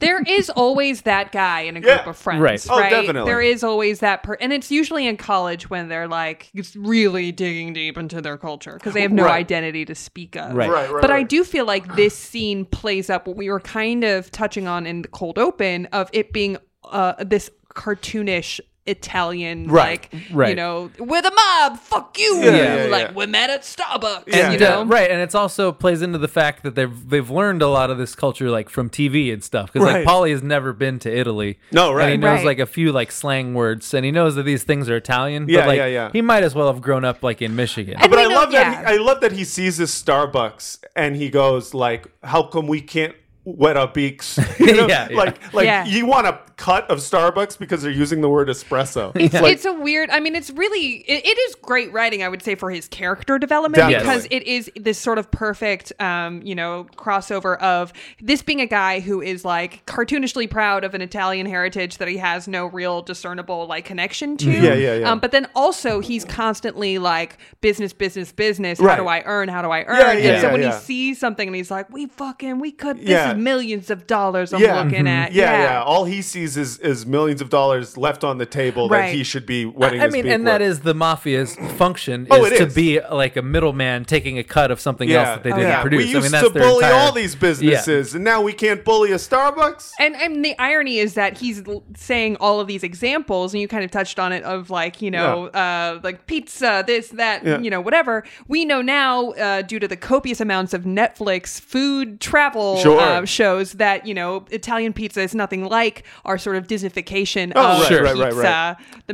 S3: there is always that guy in a group of friends,
S6: Right.
S3: right?
S6: Oh, definitely.
S3: There is always that per, and it's usually in college when they're like it's really digging deep into their culture because they have no
S10: Right.
S3: identity to speak of.
S10: Right. Right, right,
S3: but I
S10: right.
S3: do feel like this scene plays up what we were kind of touching on in the cold open of it being uh, this cartoonish. Italian,
S2: Right,
S3: like you
S2: right.
S3: know, we're the mob. Fuck you.
S2: Yeah, yeah,
S3: like
S2: yeah.
S3: we're mad at Starbucks.
S2: And,
S3: you know,
S2: uh, right, and it's also plays into the fact that they've they've learned a lot of this culture like from TV and stuff because
S1: Right.
S2: like Polly has never been to Italy.
S1: No, right.
S2: And he knows
S1: Right.
S2: like a few like slang words, and he knows that these things are Italian.
S1: Yeah,
S2: but, like,
S1: yeah, yeah.
S2: He might as well have grown up like in Michigan.
S1: but I love that. He, I love that he sees this Starbucks and he goes like, "How come we can't wet our beaks?" You know?
S2: Yeah, yeah.
S1: Like, like
S3: Yeah.
S1: you want a cut of Starbucks because they're using the word espresso.
S3: It's,
S1: Like,
S3: it's a weird. I mean, it's really it, it is great writing. I would say for his character development
S1: Definitely.
S3: because it is this sort of perfect, um, you know, crossover of this being a guy who is like cartoonishly proud of an Italian heritage that he has no real discernible like connection to.
S10: Mhm. Yeah, yeah, yeah.
S3: Um, but then also he's constantly like business, business, business.
S10: Right.
S3: How do I earn? How do I earn?
S10: Yeah, yeah,
S3: and so
S10: yeah,
S3: when
S10: yeah.
S3: he sees something and he's like, "We fucking we could. This
S1: Yeah.
S3: is millions of dollars I'm
S10: Mm-hmm.
S3: looking at."
S1: Yeah, yeah, All he sees is is millions of dollars left on the table that
S3: Right.
S1: he should be wetting
S2: I
S1: his
S2: mean,
S1: beak
S2: and
S1: with.
S2: that is the mafia's function
S1: Oh,
S2: is,
S1: it
S2: to
S1: is.
S2: be like a middleman taking a cut of something else
S3: Oh,
S2: that they didn't
S1: yeah.
S2: produce.
S1: We used
S2: I mean, that's
S1: to
S2: their
S1: bully
S2: entire-
S1: all these businesses, and now we can't bully a Starbucks.
S3: And and the irony is that he's l- saying all of these examples, and you kind of touched on it of like you know uh, like pizza, this that
S10: Yeah.
S3: you know whatever. We know now uh, due to the copious amounts of Netflix food travel
S10: Sure.
S3: uh, shows that you know Italian pizza is nothing like our sort of Disneyfication
S1: Oh,
S3: of
S1: right, Sure. right,
S3: pizza,
S1: right, right.
S3: the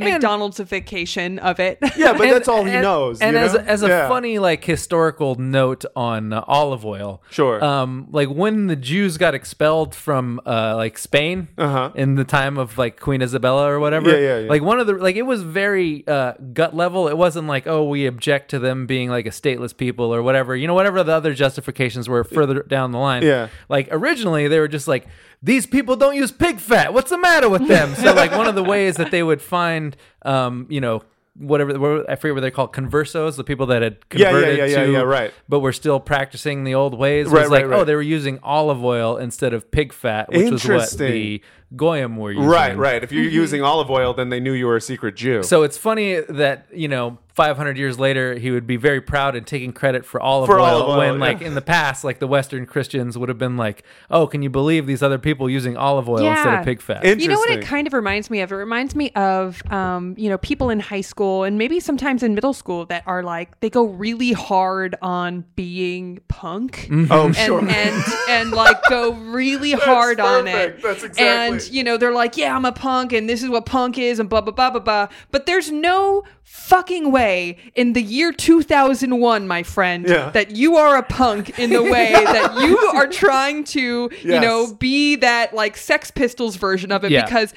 S3: McDonald'sification of it.
S1: Yeah, but that's all he knows,
S2: And
S1: you
S2: as
S1: know?
S2: as a
S1: Yeah.
S2: funny like historical note on uh, olive oil,
S1: sure.
S2: Um, like when the Jews got expelled from uh like Spain in the time of like Queen Isabella or whatever.
S1: Uh-huh. Yeah, yeah, yeah.
S2: Like one of the like it was very uh gut level. It wasn't like oh we object to them being like a stateless people or whatever. You know whatever the other justifications were further down the line.
S1: Yeah.
S2: Like originally they were just like these people don't use pig fat. What's the matter with them? So like one of the ways that they would find um you know whatever what- I forget what they're called conversos the people that had
S1: Yeah, yeah,
S2: converted
S1: yeah, yeah,
S2: to
S1: yeah, right.
S2: but we're still practicing the old ways
S1: Right,
S2: was like
S1: right, right.
S2: oh they were using olive oil instead of pig fat which was what
S1: Interesting.
S2: the goyim were using.
S1: Right, right. If you're using olive oil, then they knew you were a secret Jew.
S2: So it's funny that you know, 500 years later, he would be very proud and taking credit for olive
S1: For
S2: oil
S1: olive oil,
S2: when,
S1: yeah.
S2: like in the past, like the Western Christians would have been like, "Oh, can you believe these other people using olive oil instead of pig fat?"
S3: You know what it kind of reminds me of? It reminds me of, um, you know, people in high school and maybe sometimes in middle school that are like, they go really hard on being punk.
S5: Mhm. Oh,
S3: and,
S5: sure.
S3: And, and like go really
S5: That's
S3: hard on it.
S5: perfect. That's exactly-
S3: And, you know, they're like, yeah, I'm a punk and this is what punk is and blah, blah, blah, blah, blah. But there's no fucking way in the year 2001, my friend,
S5: Yeah.
S3: that you are a punk in the way that you are trying to, you
S5: Yes.
S3: know, be that like Sex Pistols version of it
S5: Yeah.
S3: because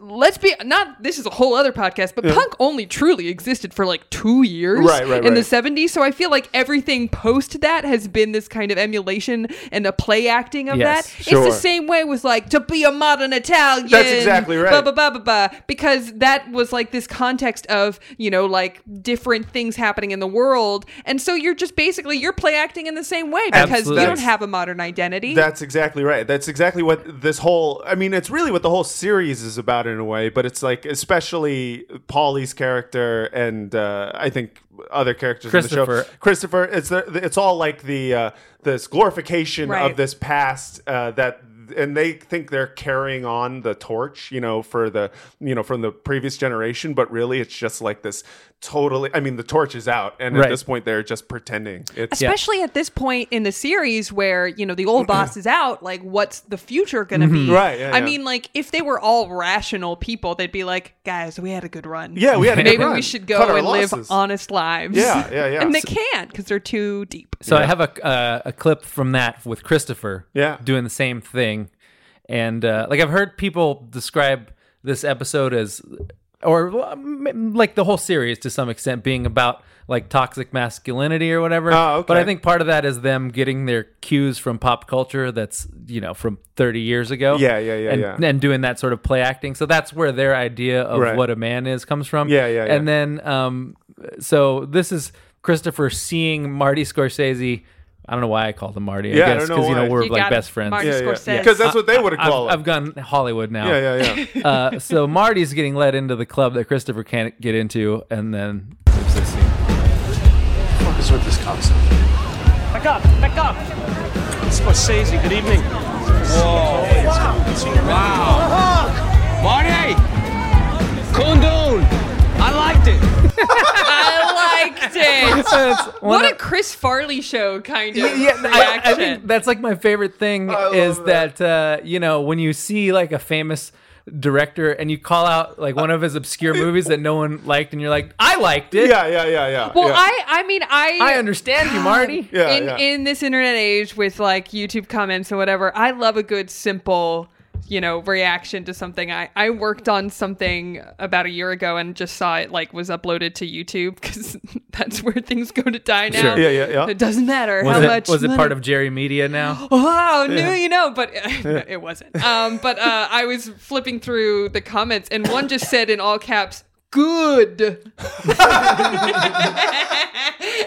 S3: let's be not this is a whole other podcast, but
S5: Yeah.
S3: punk only truly existed for like two years
S5: Right, right,
S3: in the
S5: right.
S3: 70s. So I feel like everything post that has been this kind of emulation and a play acting of
S5: Yes,
S3: that.
S5: sure.
S3: It's the same way with like to be a modern Italian.
S5: That's exactly right.
S3: Blah, blah, blah, blah, blah. Because that was like this context of, you know, like different things happening in the world. And so you're just basically you're play acting in the same way because
S1: Absolutely.
S3: you don't have a modern identity.
S1: That's exactly right. That's exactly what this whole I mean, it's really what the whole series is about in a way, but it's like especially Paulie's character and uh, I think other characters in the show.
S2: Christopher.
S1: Christopher, it's the, it's all like the uh, this glorification
S2: Right.
S1: of this past uh, that and they think they're carrying on the torch, you know, for the you know from the previous generation, but really it's just like this totally I mean, the torch is out and at
S2: Right.
S1: this point they're just pretending. It's
S3: especially at this point in the series where you know the old boss is out like what's the future gonna
S1: Mhm.
S3: be
S1: Right, yeah,
S3: i
S1: yeah.
S3: mean like if they were all rational people they'd be like guys we had a good run
S1: Yeah, we had a good
S3: maybe
S1: run.
S3: we should go
S1: Cut our
S3: and live
S1: losses."
S3: honest lives
S1: Yeah, yeah, yeah.
S3: and they
S1: So-
S3: can't because they're too deep
S2: So I have a uh, a clip from that with Christopher.
S1: Yeah.
S2: doing the same thing, and uh, like I've heard people describe this episode as, or um, like the whole series to some extent being about like toxic masculinity or whatever.
S1: Oh, okay.
S2: But I think part of that is them getting their cues from pop culture that's you know from 30 years ago.
S1: Yeah, yeah, yeah,
S2: and,
S1: yeah.
S2: And doing that sort of play acting. So that's where their idea of
S1: Right.
S2: what a man is comes from.
S1: Yeah, yeah, yeah.
S2: And then, um, so this is Christopher seeing Marty Scorsese. I don't know why I called him Marty.
S1: Yeah, I
S2: I guess
S1: don't know
S2: because you know
S1: why.
S2: we're
S1: You
S2: like
S1: got it.
S2: best friends.
S1: Marty Yeah, yeah, Scorsese. yeah. 'Cause that's what they
S2: I-
S1: would've
S2: I've-
S1: called him.
S2: I've gone Hollywood now.
S1: Yeah, yeah,
S2: yeah. uh, so Marty's getting led into the club that Christopher can't get into, and then there's this scene.
S6: What is with this concept?
S9: Back up, back up. Scorsese, good evening. Whoa. Wow. Marty! Condone! I liked it.
S3: i liked it
S2: That's one
S3: what
S2: of-
S3: a chris farley show kind of
S2: I,
S3: reaction
S2: I think that's like my favorite thing is that, uh, you know when you see like a famous director and you call out like one of his obscure movies that no one liked and you're like I liked it.
S1: Yeah, yeah, yeah, yeah.
S3: Well, I I mean I
S2: I understand you, Marty. Yeah,
S3: in
S2: yeah.
S3: in this internet age with like YouTube comments and whatever, I love a good simple you know reaction to something i i worked on something about a year ago and just saw it like was uploaded to youtube because that's where things go to die now
S2: Sure. Yeah, yeah, yeah.
S3: it doesn't matter
S2: was
S3: how
S2: it,
S3: much
S2: was it
S3: money-
S2: part of Jerry Media now?
S3: Wow, new,
S2: Yeah.
S3: Oh, you know, but
S2: Yeah.
S3: it wasn't. Um, but uh, I was flipping through the comments, and one just said in all caps, "Good."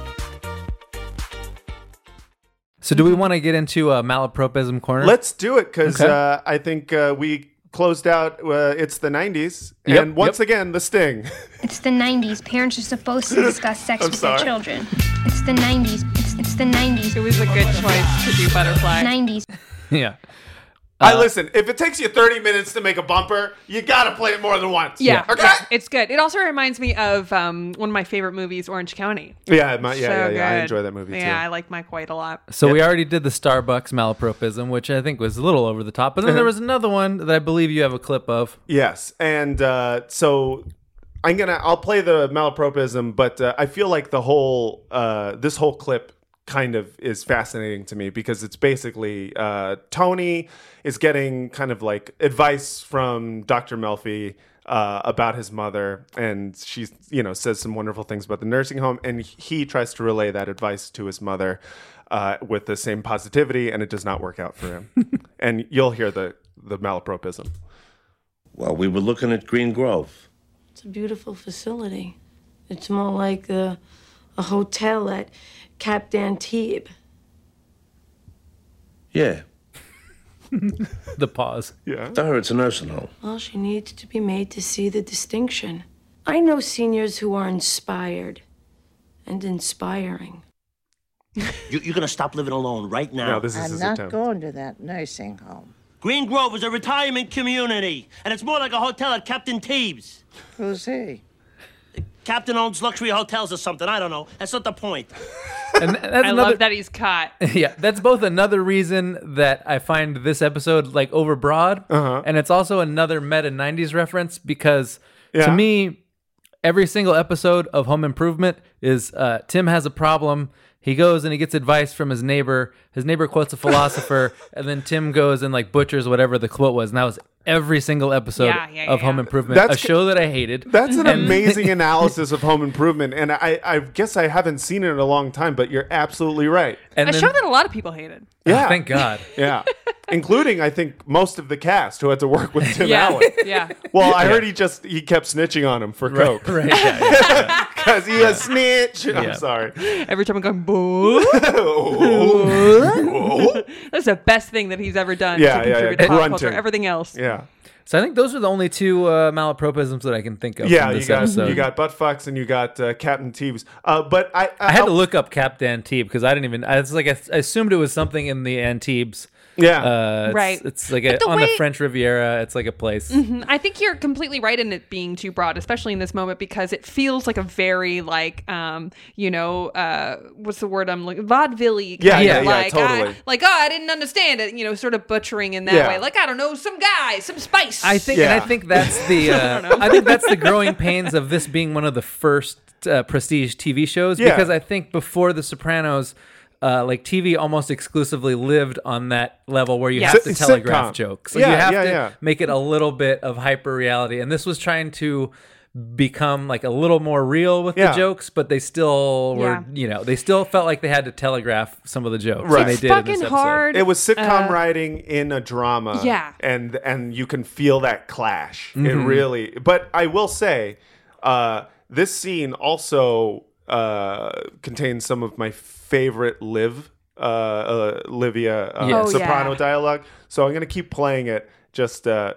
S2: So, do we want to get into uh, malapropism corner?
S1: Let's do it because
S2: Okay.
S1: uh, I think uh, we closed out. Uh, it's the '90s,
S2: Yep,
S1: and once again, the sting.
S7: It's the 90s. Parents are supposed to discuss sex
S1: I'm
S7: with
S1: sorry.
S7: their children. It's the 90s. It's, it's the 90s. It was a good choice to do butterfly. 90s.
S2: yeah. Uh,
S1: I listen. If it takes you 30 minutes to make a bumper, you gotta play it more than once.
S3: Yeah,
S1: Okay.
S3: yeah, it's good. It also reminds me of um, one of my favorite movies, Orange County.
S1: Uh, Yeah, my- yeah,
S3: So
S1: yeah, yeah, I
S3: good.
S1: enjoy that movie,
S3: Yeah,
S1: too.
S3: I like Mike White a lot.
S2: So we already did the Starbucks malapropism, which I think was a little over the top. But then
S1: Uh-huh.
S2: there was another one that I believe you have a clip of.
S1: Yes, and uh, so I'm gonna I'll play the malapropism, but uh, I feel like the whole uh, this whole clip kind of is fascinating to me because it's basically uh, Tony is getting kind of like advice from Dr. Melfi uh, about his mother, and she, you know, says some wonderful things about the nursing home, and he tries to relay that advice to his mother uh, with the same positivity, and it does not work out for him. and you'll hear the the malapropism.
S6: Well, we were looking at Green Grove.
S11: It's a beautiful facility. It's more like a, a hotel at Cap d'Antibes.
S6: Yeah.
S2: the pause.
S1: Yeah.
S6: To her, it's a nursing home.
S11: Well, she needs to be made to see the distinction. I know seniors who are inspired and inspiring.
S12: You, you're going to stop living alone right now.
S1: No, this is
S12: his
S11: his
S12: attempt.
S11: attempt.
S12: going to that nursing home. Green Grove is a retirement community, and it's more like a hotel at Captain Teebs. Who's he? Captain owns luxury hotels or something. I don't know. That's not the point.
S2: And th- that's
S3: I
S2: another-
S3: love that he's caught.
S2: yeah, that's both another reason that I find this episode like overbroad,
S1: Uh-huh.
S2: and it's also another meta '90s reference because to
S1: Yeah.
S2: me, every single episode of Home Improvement is uh, Tim has a problem. He goes and he gets advice from his neighbor. His neighbor quotes a philosopher, and then Tim goes and like butchers whatever the quote was, and that was every single episode
S1: Yeah, yeah,
S2: of
S1: yeah.
S2: Home Improvement,
S1: That's
S2: a
S1: ca-
S2: show that I hated.
S1: That's an
S2: And-
S1: amazing analysis of Home Improvement, and I, I guess I haven't seen it in a long time, but you're absolutely right.
S3: a show that a lot of people hated.
S1: yeah,
S2: Oh, thank God,
S1: yeah, including I think most of the cast who had to work with Tim
S3: yeah,
S1: Allen.
S3: yeah.
S1: Well, I
S2: Yeah.
S1: heard he just he kept snitching on him for coke,
S2: right?
S1: Because he a snitch.
S3: Yeah.
S1: I'm sorry.
S3: Every time I'm going, boo. That's the best thing that he's ever done
S2: Yeah, yeah,
S3: to
S2: yeah.
S3: contribute to pop
S2: Grunting.
S3: culture, everything else.
S1: Yeah.
S2: So I think those are the only two uh, malapropisms that I can think of.
S1: yeah,
S2: from
S1: you
S2: this
S1: got
S2: episode.
S1: you got butt fucks and you got uh, Captain Teebs. Uh, but I, I,
S2: I had to look up Cap d'Antibes because I didn't even. I was like, I, I assumed it was something in the Antibes.
S1: Yeah,
S2: uh, it's-
S3: Right.
S2: It's, like a,
S3: But the
S2: on the
S3: way-
S2: French Riviera. It's like a place.
S3: Mhm. I think you're completely right in it being too broad, especially in this moment, because it feels like a very like um you know uh what's the word I'm looking vaudeville
S13: Yeah, yeah, yeah,
S3: like
S13: totally.
S3: I, like oh I didn't understand it you know sort of butchering in that
S2: Yeah.
S3: way like I don't know some guy some spice
S2: I think, and I think that's the.
S3: I
S2: Uh, I think that's the growing pains of this being one of the first uh, prestige TV shows
S14: Yeah.
S2: because I think before The Sopranos. Uh, like TV almost exclusively lived on that level where you
S14: Yeah.
S2: have
S14: Si-
S2: to telegraph
S14: sitcom.
S2: jokes.
S14: Yeah,
S2: you have
S14: yeah,
S2: to
S14: yeah.
S2: make it a little bit of hyper reality. And this was trying to become like a little more real with
S1: Yeah.
S2: the jokes, but they still were,
S1: Yeah.
S2: you know, they still felt like they had to telegraph some of the jokes. and they did in this episode.
S1: It was sitcom
S3: uh,
S1: writing in a drama.
S3: Yeah.
S1: and and you can feel that clash. It
S2: Mhm.
S1: really. But I will say, uh, this scene also uh, contains some of my favorite live uh, uh, Livia uh,
S12: Yes. Oh,
S1: Soprano
S12: yeah.
S1: dialogue. So I'm gonna keep playing it. Just uh,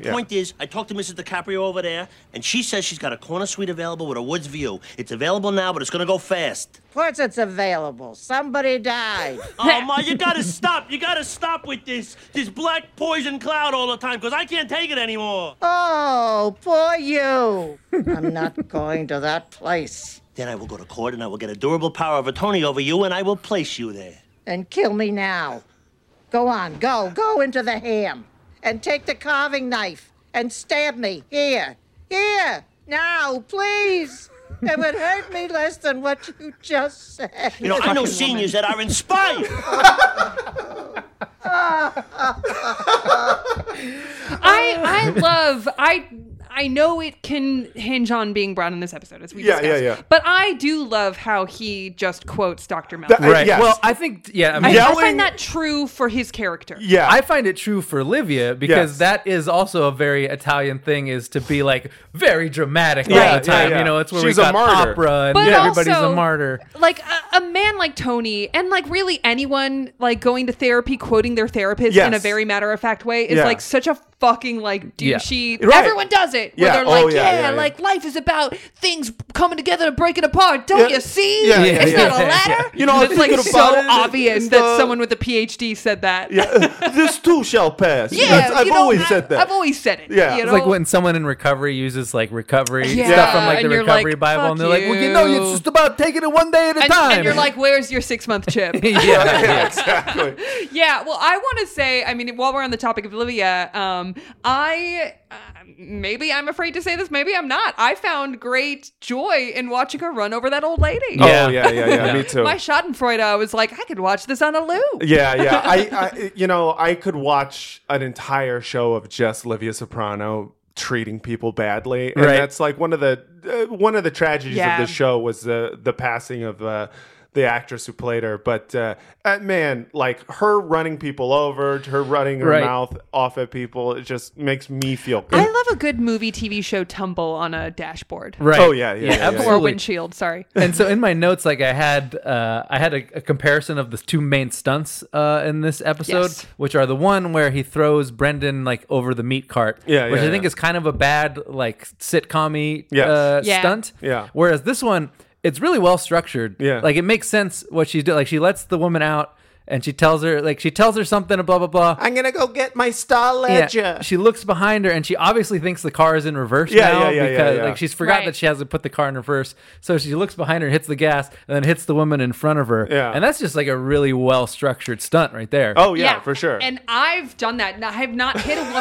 S1: yeah.
S12: Point is, I talked to Mrs. DiCaprio over there, and she says she's got a corner suite available with a woods view. It's available now, but it's going to go fast.
S13: Of course it's available. Somebody died.
S12: Oh, Ma, you gotta stop. You gotta stop with this this black poison cloud all the time, because I can't take it anymore.
S13: Oh, poor you. I'm not going to that place.
S12: Then I will go to court and I will get a durable power of attorney over you, and I will place you there.
S13: And kill me now. Go on, go, go into the ham. And take the carving knife and stab me here, here, now, please. It would hurt me less than what you just said.
S12: You know, I know seniors that are inspired.
S2: Uh,
S3: I I love I I know it can hinge on being broad in this episode as we
S2: Yeah,
S3: discussed,
S2: yeah, yeah.
S3: but I do love how he just quotes Dr. Mel.
S2: right. Well, I think yeah. I, mean,
S3: I, I find that true for his character.
S1: Yeah.
S2: I find it true for Livia because
S1: Yes.
S2: that is also a very Italian thing is to be like very dramatic
S1: Yeah,
S2: all the time.
S1: yeah, yeah.
S2: You know, it's where
S1: She's a
S2: we got
S1: martyr.
S2: opera and
S3: But
S2: everybody's
S3: also-
S2: a martyr.
S3: Like a, a man like Tony, and like really anyone like going to therapy, quoting their therapist
S2: Yes.
S3: in a very matter of fact way is
S2: Yeah.
S3: like such a fucking like
S2: Yeah.
S3: douchey.
S2: Right.
S3: Everyone does it. Where
S2: Yeah.
S3: they're
S2: Oh,
S3: like,
S2: yeah,
S3: yeah,
S2: yeah, yeah.
S3: like life is about things coming together and breaking apart. Don't you see?
S1: Yeah, yeah,
S3: it's
S1: yeah.
S3: not a ladder.
S1: Yeah. You know, I
S3: it's
S1: think
S3: like
S1: about
S3: so
S1: it, it's
S3: obvious that
S1: the-
S3: someone with a PhD said that.
S1: yeah. this too shall pass.
S3: Yeah,
S1: That's- I've
S3: you know,
S1: always
S3: I-
S1: said that.
S3: I've always said it.
S1: Yeah.
S3: you
S2: It's like
S3: know?
S2: when someone in recovery uses like recovery
S3: Oh. Yeah.
S2: stuff from like
S3: And
S2: the
S3: you're
S2: recovery
S3: like,
S2: Bible, and they're
S3: "Fuck
S2: like, well, you know,
S3: you."
S2: it's just about taking it one day at a
S3: and,
S2: time.
S3: and you're like, where's your six month chip?
S2: yeah, yeah.
S3: yeah. Well, I want to say, I mean, while we're on the topic of Livia, um, Um, I uh, maybe I'm afraid to say this. Maybe I'm not. I found great joy in watching her run over that old lady.
S1: Oh, Yeah. yeah, yeah, yeah, me too.
S3: My Schadenfreude. I was like, I could watch this on a loop.
S1: Yeah, yeah. I, I, you know, I could watch an entire show of just Livia Soprano treating people badly, and
S2: Right.
S1: that's like one of the uh, one of the tragedies
S2: Yeah.
S1: of the show was the the passing of uh, the actress who played her. But uh, uh, man, like her running people over, her running her
S2: Right.
S1: mouth off at people, it just makes me feel good.
S3: I love a good movie TV show tumble on a dashboard.
S2: Right.
S1: Oh, yeah, yeah, yeah, yeah,
S3: Or
S2: absolutely.
S3: windshield, sorry.
S2: and so in my notes, like I had, uh, I had a, a comparison of the two main stunts uh, in this episode,
S3: Yes.
S2: which are the one where he throws Brendan like over the meat cart,
S1: Yeah,
S2: which
S1: yeah,
S2: I think
S1: yeah.
S2: is kind of a bad like sitcom
S1: Yes.
S2: uh,
S1: Yeah.
S2: stunt.
S1: Yeah.
S2: Whereas this one, it's really well structured. Yeah. Like it makes sense what she's doing. Like she lets the woman out. And she tells her, like, she tells her something, and blah, blah, blah.
S1: I'm gonna go get my star ledger.
S2: Yeah. She looks behind her and she obviously thinks the car is in reverse
S1: Yeah,
S2: now
S1: yeah, yeah, yeah,
S2: because
S1: yeah.
S2: like she's forgot that she has to put the car in reverse. So she looks behind her, hits the gas, and then hits the woman in front of her. Yeah. And that's just like a really well structured stunt right there.
S1: Oh yeah, for sure.
S3: And I've done that. and I have not hit a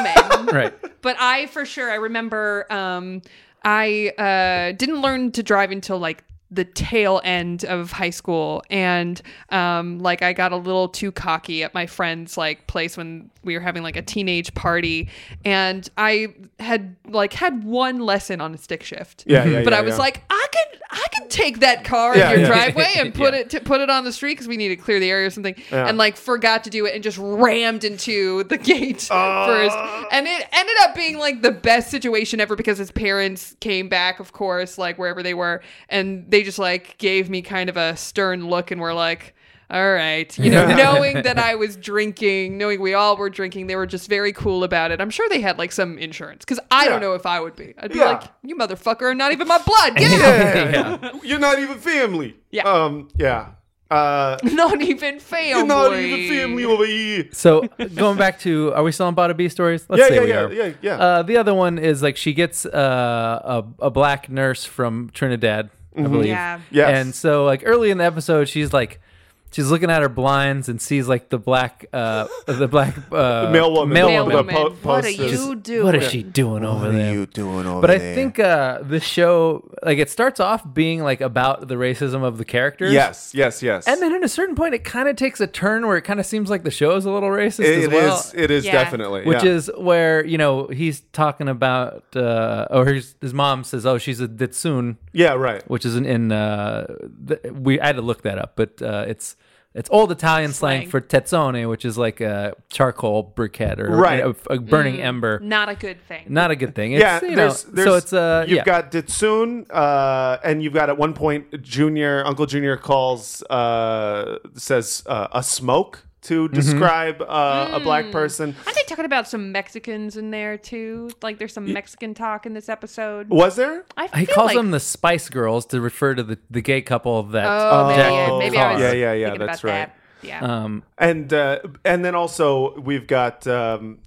S3: woman,
S2: right.
S3: but I for sure I remember um, I uh, didn't learn to drive until like the tail end of high school and um like I got a little too cocky at my friend's like place when we were having like a teenage party and I had like had one lesson on a stick shift.
S1: Yeah, yeah,
S3: But
S1: yeah,
S3: I was
S1: yeah.
S3: like I could I could take that car
S1: Yeah,
S3: in your
S1: yeah.
S3: driveway and put it to put it on the street because we need to clear the area or something
S1: Yeah.
S3: and like forgot to do it and just rammed into the gate first and it ended up being like the best situation ever because his parents came back of course like wherever they were and they just like gave me kind of a stern look and were like all right you know
S15: Yeah.
S3: knowing that i was drinking knowing we all were drinking they were just very cool about it i'm sure they had like some insurance because i
S1: Yeah.
S3: don't know if i would be i'd be
S1: Yeah.
S3: like you motherfucker are not even my blood get out
S1: yeah. You're not even family. Yeah. Um, yeah. Uh,
S3: not even family
S1: You're not even family over here.
S2: So going back to, are we still on Bada B stories?
S1: Yeah,
S2: say
S1: yeah,
S2: we
S1: yeah,
S2: are.
S1: yeah, yeah.
S2: Uh, the other one is like she gets uh, a a black nurse from Trinidad, I
S1: Mhm.
S2: believe.
S1: Yeah. Yes.
S2: And so like early in the episode, she's like. She's looking at her blinds and sees like the black, uh, the black uh,
S1: Male woman.
S2: Male
S1: Male
S2: woman.
S1: woman. What are Posters. you
S2: She's-
S1: doing?
S2: What is she doing over there?
S1: you doing over
S2: but I
S1: there?
S2: think uh, the show, like, it starts off being like about the racism of the characters.
S1: Yes, yes, yes.
S2: And then at a certain point, it kind of takes a turn where it kind of seems like the show is a little racist
S1: It
S2: as well.
S1: is- it is Yeah. definitely,
S2: Which
S1: yeah.
S2: is where, you know, he's talking about, uh, or his, his mom says, oh, she's a ditsun.
S1: Yeah, right.
S2: Which is in, in uh, th- we, I had to look that up, but uh, it's, it's old Italian slang,
S3: Slang.
S2: for tezzone, which is like a charcoal briquette or
S1: Right.
S2: a, a burning
S3: Mm,
S2: ember.
S3: not a good thing
S2: Not a good thing. It's,
S1: yeah,
S2: you know,
S1: there's, there's,
S2: so it's uh,
S1: you've
S2: yeah.
S1: got Ditsun, uh, and you've got at one point Junior Uncle Junior calls uh, says uh, a smoke to
S2: Mm-hmm.
S1: describe uh, a black person.
S3: Aren't they talking about some Mexicans in there too? Like there's some Mexican talk in this episode.
S1: Was there?
S3: I feel
S2: He calls
S3: like
S2: them the Spice Girls to refer to the, the gay couple that.
S3: Oh, maybe,
S2: Jack
S3: yeah,
S2: had
S3: maybe I
S2: caught.
S3: was
S1: yeah, yeah, yeah. That's right.
S2: Um,
S1: and uh, and then also we've got um,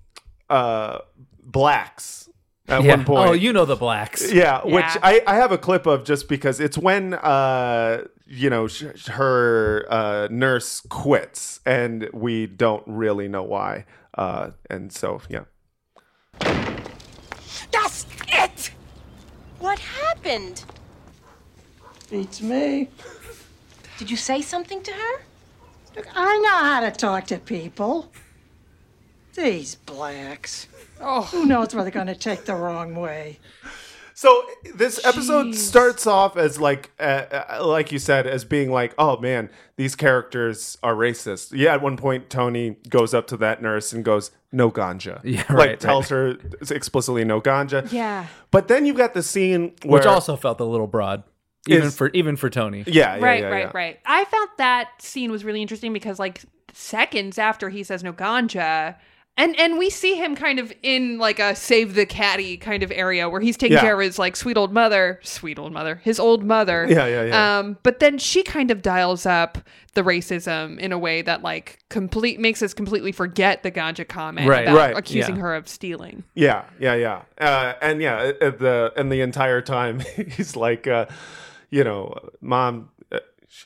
S1: uh, blacks at
S2: Yeah.
S1: one point.
S2: Oh, you know the blacks.
S1: Yeah,
S2: Yeah.
S1: which I, I have a clip of just because it's when uh, you know sh- sh- her uh, nurse quits and we don't really know why. Uh, and so yeah,
S14: That's it! What happened?
S13: It's me.
S14: Did you say something to her?
S13: Look, I know how to talk to people. These blacks. Oh. Who knows where they're going to take the wrong way?
S1: So this episode starts off as like uh, uh, like you said as being like oh man these characters are racist yeah at one point tony goes up to that nurse and goes no ganja
S2: Yeah,
S1: like
S2: right,
S1: tells her explicitly no ganja
S3: Yeah.
S1: but then you've got the scene where
S2: Which also felt a little broad, even
S1: Is-
S2: for even for Tony.
S1: Yeah, yeah,
S3: right,
S1: yeah,
S3: right,
S1: yeah.
S3: right. I found that scene was really interesting because like seconds after he says no ganja, and and we see him kind of in like a save the caddy kind of area where he's taking
S15: Yeah.
S3: care of his like sweet old mother, sweet old mother, his old mother.
S15: Yeah, yeah, yeah.
S3: Um, but then she kind of dials up the racism in a way that like complete makes us completely forget the ganja comment
S1: Right.
S3: about
S1: Right,
S3: accusing
S1: yeah.
S3: her of stealing.
S1: Yeah, yeah, yeah, uh, and yeah, uh, the and the entire time he's like, uh, you know, mom, uh,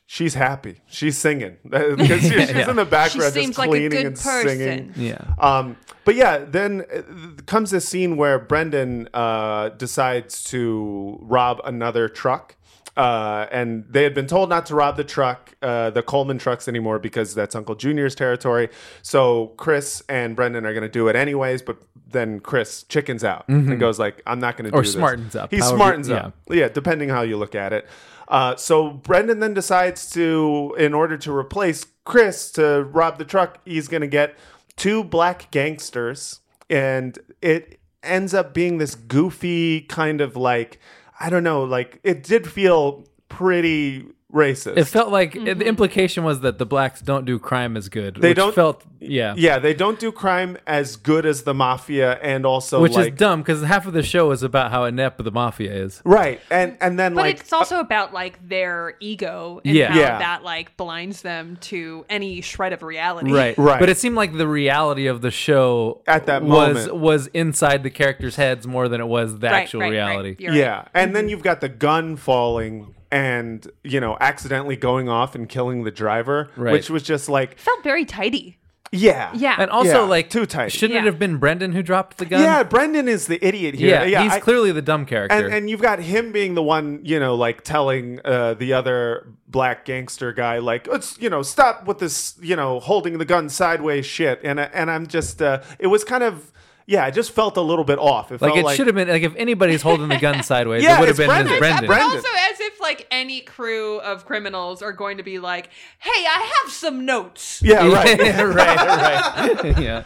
S1: She's happy. She's singing because she's
S3: Yeah.
S1: in the background
S3: She
S1: just
S3: seems like a
S1: cleaning
S3: good
S1: and singing.
S3: person.
S2: Yeah.
S1: Um, but yeah, then uh, comes this scene where Brendan uh, decides to rob another truck. Uh, and they had been told not to rob the truck, uh, the Coleman trucks anymore because that's Uncle Junior's territory. So Chris and Brendan are going to do it anyways. But then Chris chickens out
S2: Mhm.
S1: and goes like, "I'm not going to
S2: Or
S1: do this."
S2: smartens up,
S1: He
S2: however-
S1: smartens
S2: yeah.
S1: up. Yeah, depending how you look at it. Uh, so Brendan then decides to, in order to replace Chris to rob the truck, he's going to get two black gangsters. And it ends up being this goofy kind of like, I don't know, like it did feel pretty racist.
S2: It felt like
S3: Mm-hmm.
S2: the implication was that the blacks don't do crime as good.
S1: They
S2: which
S1: don't-
S2: felt yeah.
S1: yeah, they don't do crime as good as the mafia, and also
S2: which
S1: like
S2: is dumb because half of the show is about how inept the mafia is.
S1: right, and and then
S3: But
S1: like
S3: it's also about like their ego and
S2: Yeah.
S3: how
S2: Yeah.
S3: that like blinds them to any shred of reality.
S2: Right, But it seemed like the reality of the show at
S1: that
S2: was
S1: moment.
S2: was inside the characters' heads more than it was the
S1: Right,
S2: actual
S1: right, right.
S2: reality.
S1: yeah, and then you've got the gun falling and you know accidentally going off and killing the driver,
S2: Right.
S1: which was just like
S3: felt very tidy.
S1: yeah,
S3: Yeah.
S2: and also
S1: Yeah,
S2: like
S1: too tight.
S2: Shouldn't it have been Brendan who dropped the gun?
S1: Yeah, Brendan is the idiot here.
S2: Yeah, he's
S1: I-
S2: clearly the dumb character.
S1: And, and you've got him being the one, you know, like telling uh, the other black gangster guy, like, it's, you know, stop with this, you know, holding the gun sideways shit. And I- and I'm just, uh, it was kind of, yeah, I just felt a little bit off. It
S2: like
S1: felt
S2: it should have been like if anybody's holding the gun sideways,
S1: Yeah,
S2: it would have
S1: it's
S2: been
S1: Brendan.
S2: his
S1: It's
S2: Brendan.
S3: Also, as if like any crew of criminals are going to be like, "Hey, I have some notes."
S1: Yeah, right.
S2: right, right. yeah.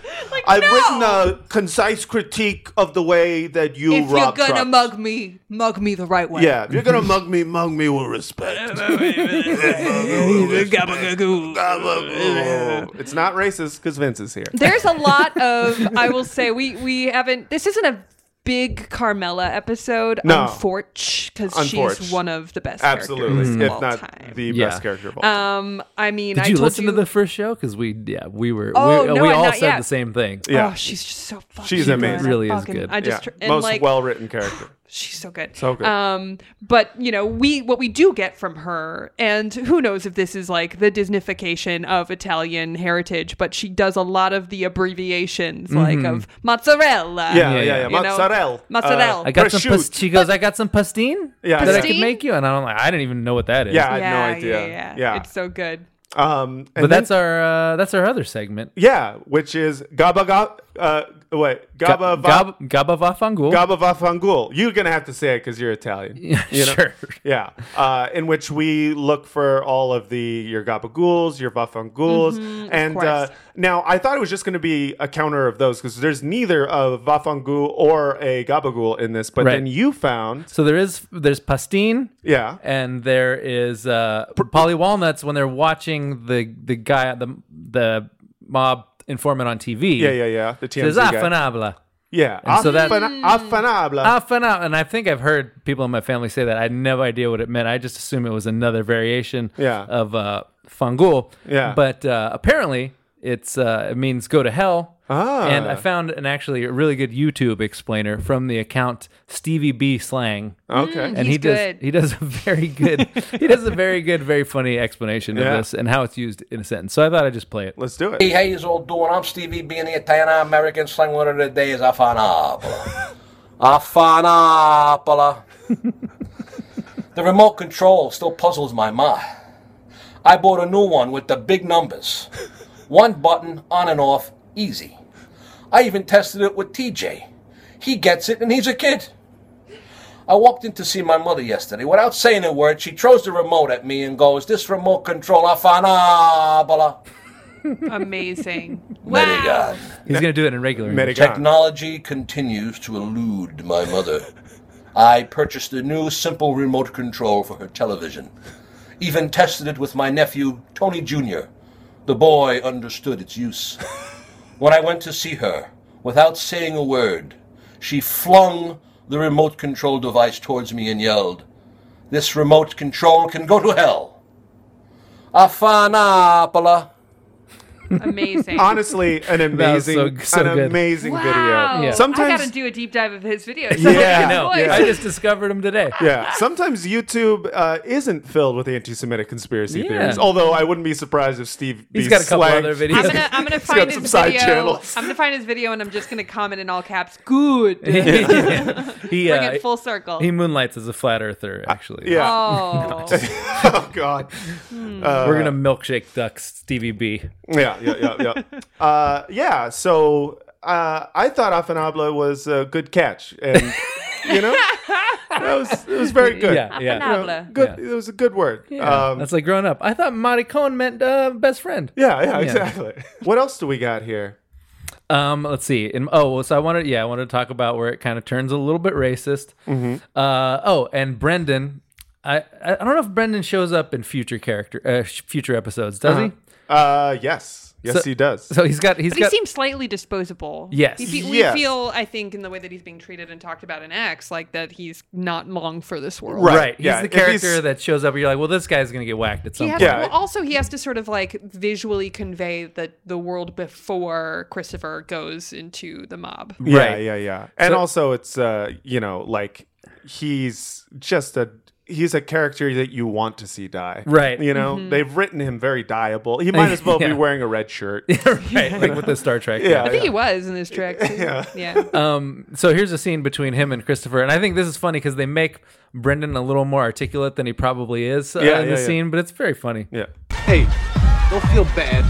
S1: I've written a concise critique of the way that you
S3: if you're
S1: rob
S3: gonna
S1: trucks.
S3: mug me, mug me the right way.
S1: Yeah, if you're gonna mug me, mug me with respect. it's not racist because Vince is here.
S3: There's a lot of I will say we we haven't this isn't a big Carmela episode
S1: No.
S3: unfortunately because
S1: Unfortunate.
S3: she's one of the best
S1: Absolutely,
S3: characters
S1: if
S3: of all
S1: not
S3: time.
S1: the
S2: Yeah.
S1: best character of all.
S3: Um I mean
S2: Did
S3: I
S2: you
S3: told
S2: listen
S3: you
S2: to the first show? Because we, yeah, we were,
S3: Oh,
S2: we,
S3: no,
S2: we
S3: I'm
S2: all
S3: not
S2: said
S3: yet.
S2: the same thing.
S1: Yeah.
S3: Oh, she's just so fucking
S1: She's
S3: good.
S1: amazing.
S3: I
S2: Really is
S3: fucking-
S2: good.
S3: I just
S1: Yeah.
S3: and
S1: most
S3: like
S1: well written character.
S3: she's so good.
S1: So good.
S3: Um, but you know, we what we do get from her, and who knows if this is like the Disneyfication of Italian heritage, but she does a lot of the abbreviations like
S2: Mhm.
S3: of mozzarella.
S2: Yeah, yeah, yeah.
S3: you know,
S2: Mozzarella.
S3: Mozzarella.
S2: I got some. Pas- she goes, I got some pastine
S1: Yeah,
S2: that I
S1: Pastine?
S2: could make you, and I'm like, I didn't even know what that is.
S1: Yeah, I had no idea.
S3: Yeah,
S1: Yeah.
S3: it's so good.
S1: Um, and
S2: but
S1: then-
S2: that's our uh, that's our other segment.
S1: yeah, which is gaba gab. Uh, wait, gaba va-
S2: Gab- Gaba Vafangul.
S1: Gaba vafangul. You're gonna have to say it because you're Italian.
S2: Yeah,
S1: you know?
S2: sure.
S1: Yeah. Uh, in whiwhich we look for all of the your gabagools, your vafanguls,
S15: Mm-hmm,
S3: Mhm, of
S1: and uh,
S3: course.
S1: now I thought it was just going to be a counter of those because there's neither a vafangul or a gabagool in this, but
S2: Right.
S1: then you found
S2: So there is there's pastine.
S1: Yeah.
S2: And there is uh Polly Walnuts when they're watching the the guy the the mob informant on TV.
S1: Yeah, yeah, yeah, the
S2: Says "Ah,
S1: TMZ guy.
S2: "Affanabla."
S1: yeah,
S2: And so that
S1: afana-
S15: Mm.
S1: afanabla.
S2: Afana- and I think I've heard people in my family say that. I had no idea what it meant. I just assume it was another variation
S1: Yeah.
S2: of uh, fangul.
S1: Yeah.
S2: But uh, apparently, it's uh, it means go to hell.
S1: Ah.
S2: And I found an actually a really good YouTube explainer from the account Stevie B Slang.
S1: Okay. Mm,
S2: and
S1: he's
S2: he does
S1: good.
S2: he does a very good he does a very good very funny explanation
S1: Yeah.
S2: of this and how it's used in a sentence. So I thought I'd just play it.
S1: Let's do
S6: Hey, how you all doing? I'm Stevie B, and the Italian American slang word of the day is afanabola. afanabola. the remote control still puzzles my mind. I bought a new one with the big numbers. One button on and off, easy. I even tested it with TJ. He gets it, and he's a kid. I walked in to see my mother yesterday. Without saying a word, she throws the remote at me and goes, This remote control, afanabola.
S3: Amazing.
S6: Medigan.
S2: He's gonna do it in regular. English.
S6: Technology continues to elude my mother. I purchased a new simple remote control for her television. Even tested it with my nephew, Tony Jr. The boy understood its use. When I went to see her, without saying a word, she flung the remote control device towards me and yelled, This remote control can go to hell. Afanapola.
S15: Amazing.
S1: Honestly, an
S2: That was so-
S1: amazing,
S2: so
S1: an
S2: good.
S1: amazing
S15: Wow. I
S1: video. Sometimes
S15: gotta do a deep dive of his videos.
S1: Yeah,
S15: I know.
S1: yeah.
S2: I just discovered him today.
S1: yeah. Sometimes YouTube uh, isn't filled with anti-Semitic conspiracy
S2: Yeah.
S1: theories. Although I wouldn't be surprised if Steve
S2: He's
S1: B.
S2: got a couple
S1: slagged-
S2: other videos.
S15: I'm gonna, I'm gonna
S1: He's got
S15: find
S1: some
S15: his
S1: side
S15: video.
S1: channels.
S15: I'm gonna find his video, and I'm just gonna comment in all caps. Good.
S2: He,
S15: Bring
S2: uh,
S15: it full circle.
S2: He moonlights as a flat earther, actually.
S15: yeah. Oh.
S1: oh God.
S15: Hmm.
S1: Uh,
S2: We're gonna milkshake ducks Stevie B.
S1: Yeah, yeah, yeah, yeah. uh, yeah. So uh, I thought Afenabla was a good catch, and you know, that was it was very good.
S2: Yeah, yeah.
S1: You know, good. It was a good word.
S2: Yeah.
S1: Um,
S2: That's like growing up. I thought Monty Cohen meant uh, best friend.
S1: yeah, yeah, exactly. What else do we got here?
S2: Um, let's see. And oh, well, so I wanted, yeah, I wanted to talk about where it kind of turns a little bit racist.
S1: Mhm.
S2: Uh, oh, and Brendan, I I I don't know if Brendan shows up in future character, uh, sh- future episodes. Does he?
S1: Uh, yes, yes,
S2: So-
S1: he does.
S2: So he's got he's
S3: but
S2: got
S3: he seems slightly disposable.
S2: Yes.
S3: We, fe-
S2: Yes.
S3: we feel, I think, in the way that he's being treated and talked about in X, like that he's not long for this world.
S2: right. He's
S1: yeah,
S2: the
S1: if he's-
S2: character that shows up. where You're like, well, this guy's gonna get whacked at some
S3: He has
S2: point.
S3: to- well, also, he has to sort of like visually convey the, the world before Christopher goes into the mob.
S1: Yeah, yeah, yeah. And
S3: So-
S1: also it's uh, you know, like he's just a he's a character that you want to see die.
S2: Right.
S1: You know,
S3: Mm-hmm.
S2: Mhm.
S1: they've written him very dieable. He might as well
S2: Yeah.
S1: be wearing a red shirt.
S2: right, like with the Star Trek.
S1: Yeah,
S3: I think he was in this track. Too.
S1: Yeah.
S3: yeah.
S2: um, so here's a scene between him and Christopher, and I think this is funny because they make Brendan a little more articulate than he probably is uh,
S8: Yeah,
S2: in
S8: yeah,
S2: the
S8: yeah.
S2: scene, but it's very funny.
S1: Yeah.
S8: Hey, don't feel bad.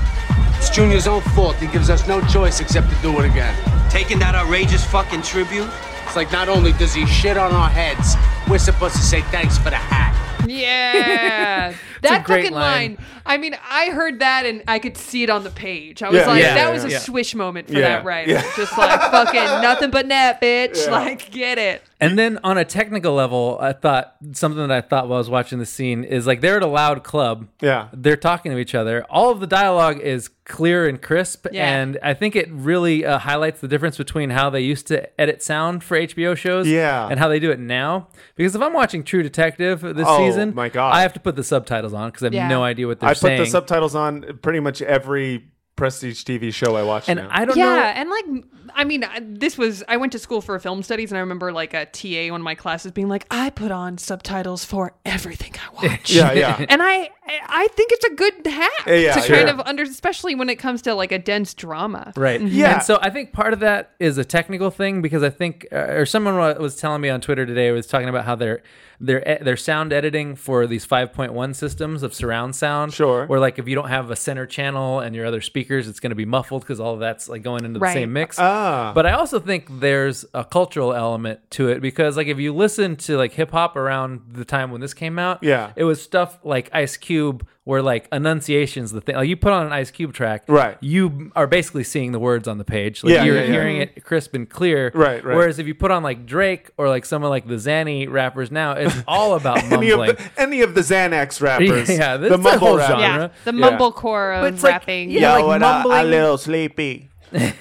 S8: It's Junior's own fault. He gives us no choice except to do it again. Taking that outrageous fucking tribute? It's like not only does he shit on our heads, we're supposed to say thanks for the hat.
S3: Yeah.
S8: It's a
S3: that
S8: great
S3: fucking
S8: line.
S3: line. I mean, I heard that and I could see it on the page. I was
S2: Yeah.
S3: like,
S2: Yeah,
S3: that
S2: yeah,
S3: was a
S2: yeah.
S3: swish moment for
S2: Yeah.
S3: that writer.
S2: Yeah.
S3: Just like fucking nothing but net, bitch. Like, get it.
S2: And then on a technical level, I thought something that I thought while I was watching the scene is like they're at a loud club.
S1: Yeah.
S2: They're talking to each other. All of the dialogue is clear and crisp.
S1: Yeah.
S2: And I think it really uh, highlights the difference between how they used to edit sound for HBO shows
S1: Yeah.
S2: and how they do it now. Because if I'm watching True Detective this
S1: Oh,
S2: season,
S1: my God.
S2: I have to put the subtitles on because I have
S1: Yeah.
S2: no idea what they're
S1: I put
S2: saying.
S1: the subtitles on pretty much every prestige TV show I watch
S2: And
S1: now.
S2: I don't
S3: yeah,
S2: know-
S3: and like, I mean, I- this was, I went to school for film studies and I remember like a TA, one of my classes being like, I put on subtitles for everything I watch.
S1: Yeah, yeah.
S3: And I, I think it's a good hack
S2: Yeah, yeah,
S3: to
S2: sure.
S3: kind of under, especially when it comes to like a dense drama.
S2: Right.
S3: Mhm.
S2: And so I think part of that is a technical thing because I think, uh, or someone wa- was telling me on Twitter today was talking about how their their e- their sound editing for these 5.1 systems of surround sound. Sure. Where like if you don't have a center channel and your other speakers, it's going to be muffled because all of that's like going into
S1: Right.
S2: the same mix.
S1: Ah.
S2: But I also think there's a cultural element to it because like if you listen to like hip hop around the time when this came out,
S1: Yeah.
S2: it was stuff like Ice Cube where like enunciations the thing like you put on an Ice Cube track,
S1: Right.
S2: You are basically seeing the words on the page, like
S1: Yeah,
S2: you're
S1: yeah, yeah.
S2: hearing it crisp and clear,
S1: Right, right.
S2: Whereas if you put on like Drake or like someone like the Zanny rappers now, it's all about
S1: any of,
S2: mumbling.
S1: the, any of the Xanax rappers.
S2: Yeah, this
S1: the
S2: is a
S1: mumble
S2: whole
S1: rap.
S2: genre.
S3: The mumblecore
S2: But
S3: of
S2: it's like-
S3: rapping.
S2: yeah, like
S6: and I- I
S2: mumbling-
S6: little sleepy.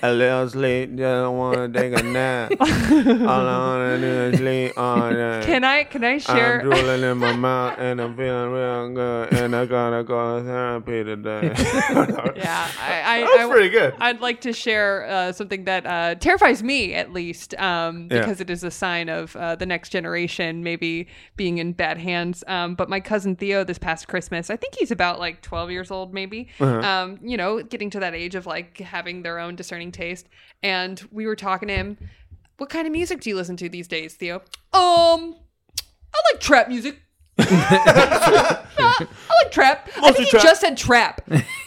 S6: a little sleep, just wanna take a nap. All I wanna do is sleep all night.
S3: Can I can
S6: Um,
S3: I share?
S6: I'm drooling in my mouth and I'm feeling real good and I gotta go to therapy today.
S3: yeah, I, I,
S6: That was
S3: I-
S6: pretty good.
S3: I'd like to share uh, something that uh, terrifies me, at least, um,
S6: Yeah.
S3: because it is a sign of uh, the next generation maybe being in bad hands. Um, but my cousin Theo, this past Christmas, I think he's about like 12 years old, maybe,
S16: Uh-huh.
S3: um, you know, getting to that age of like having their own discerning taste. And we were talking to him, What kind of music do you listen to these days, Theo? Um, I like trap music. I like trap. I think he just said trap.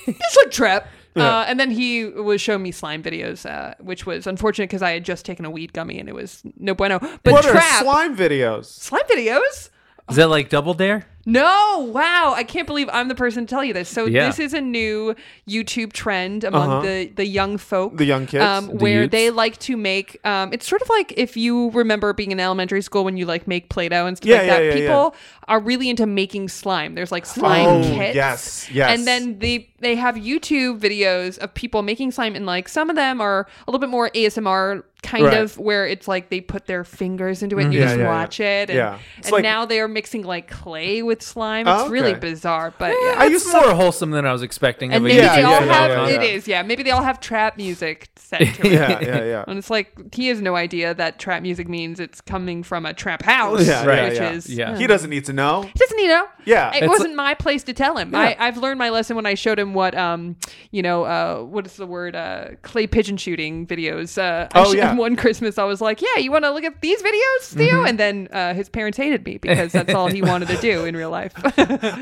S3: it's like trap.
S16: Yeah.
S3: Uh, and then he was showing me slime videos, uh, which was unfortunate because I had just taken a weed gummy and it was no bueno. But
S1: what
S3: trap
S1: are slime videos?
S3: slime videos?
S2: Is that like Double Dare?
S3: No, wow! I can't believe I'm the person to tell you this. So
S2: Yeah.
S3: this is a new YouTube trend among
S1: Uh-huh.
S3: the the young folk,
S1: The young kids?
S3: um,
S1: The
S3: where
S1: youths.
S3: they like to make. Um, it's sort of like if you remember being in elementary school when you like make Play-Doh and stuff
S1: Yeah,
S3: like
S1: yeah,
S3: that.
S1: yeah, yeah.
S3: People are really into making slime. There's like slime
S1: Oh,
S3: kits,
S1: yes, yes.
S3: and then they they have YouTube videos of people making slime, and like some of them are a little bit more ASMR kind
S15: Right.
S3: of where it's like they put their fingers into it and
S1: Mm-hmm.
S15: Mhm.
S3: you
S15: Yeah,
S3: just
S15: yeah, yeah.
S3: watch it. And,
S2: Yeah. It's
S3: and
S2: like-
S3: now they are mixing like clay with slime. It's
S2: Oh,
S3: really
S2: okay.
S3: bizarre, but yeah.
S2: I used more wholesome than I was expecting.
S3: and
S2: of a
S3: maybe they
S2: YouTube
S3: all
S2: channel
S3: have
S2: concept.
S3: it is yeah maybe they all have trap music set to it
S2: Yeah, yeah, yeah.
S3: and it's like he has no idea that trap music means it's coming from a trap house
S1: Yeah,
S3: which
S1: yeah, yeah.
S3: is
S1: He doesn't need to know.
S3: He doesn't you know
S1: Yeah.
S3: it
S1: It's
S3: wasn't my place to tell him I,
S1: Yeah.
S3: i've learned my lesson when i showed him what um you know uh what is the word uh clay pigeon shooting videos uh I
S15: Oh,
S3: showed
S15: yeah.
S3: him one christmas i was like yeah you want to look at these videos theo
S1: Mm-hmm.
S15: Mhm.
S3: and then uh his parents hated me because that's all he wanted to do in real life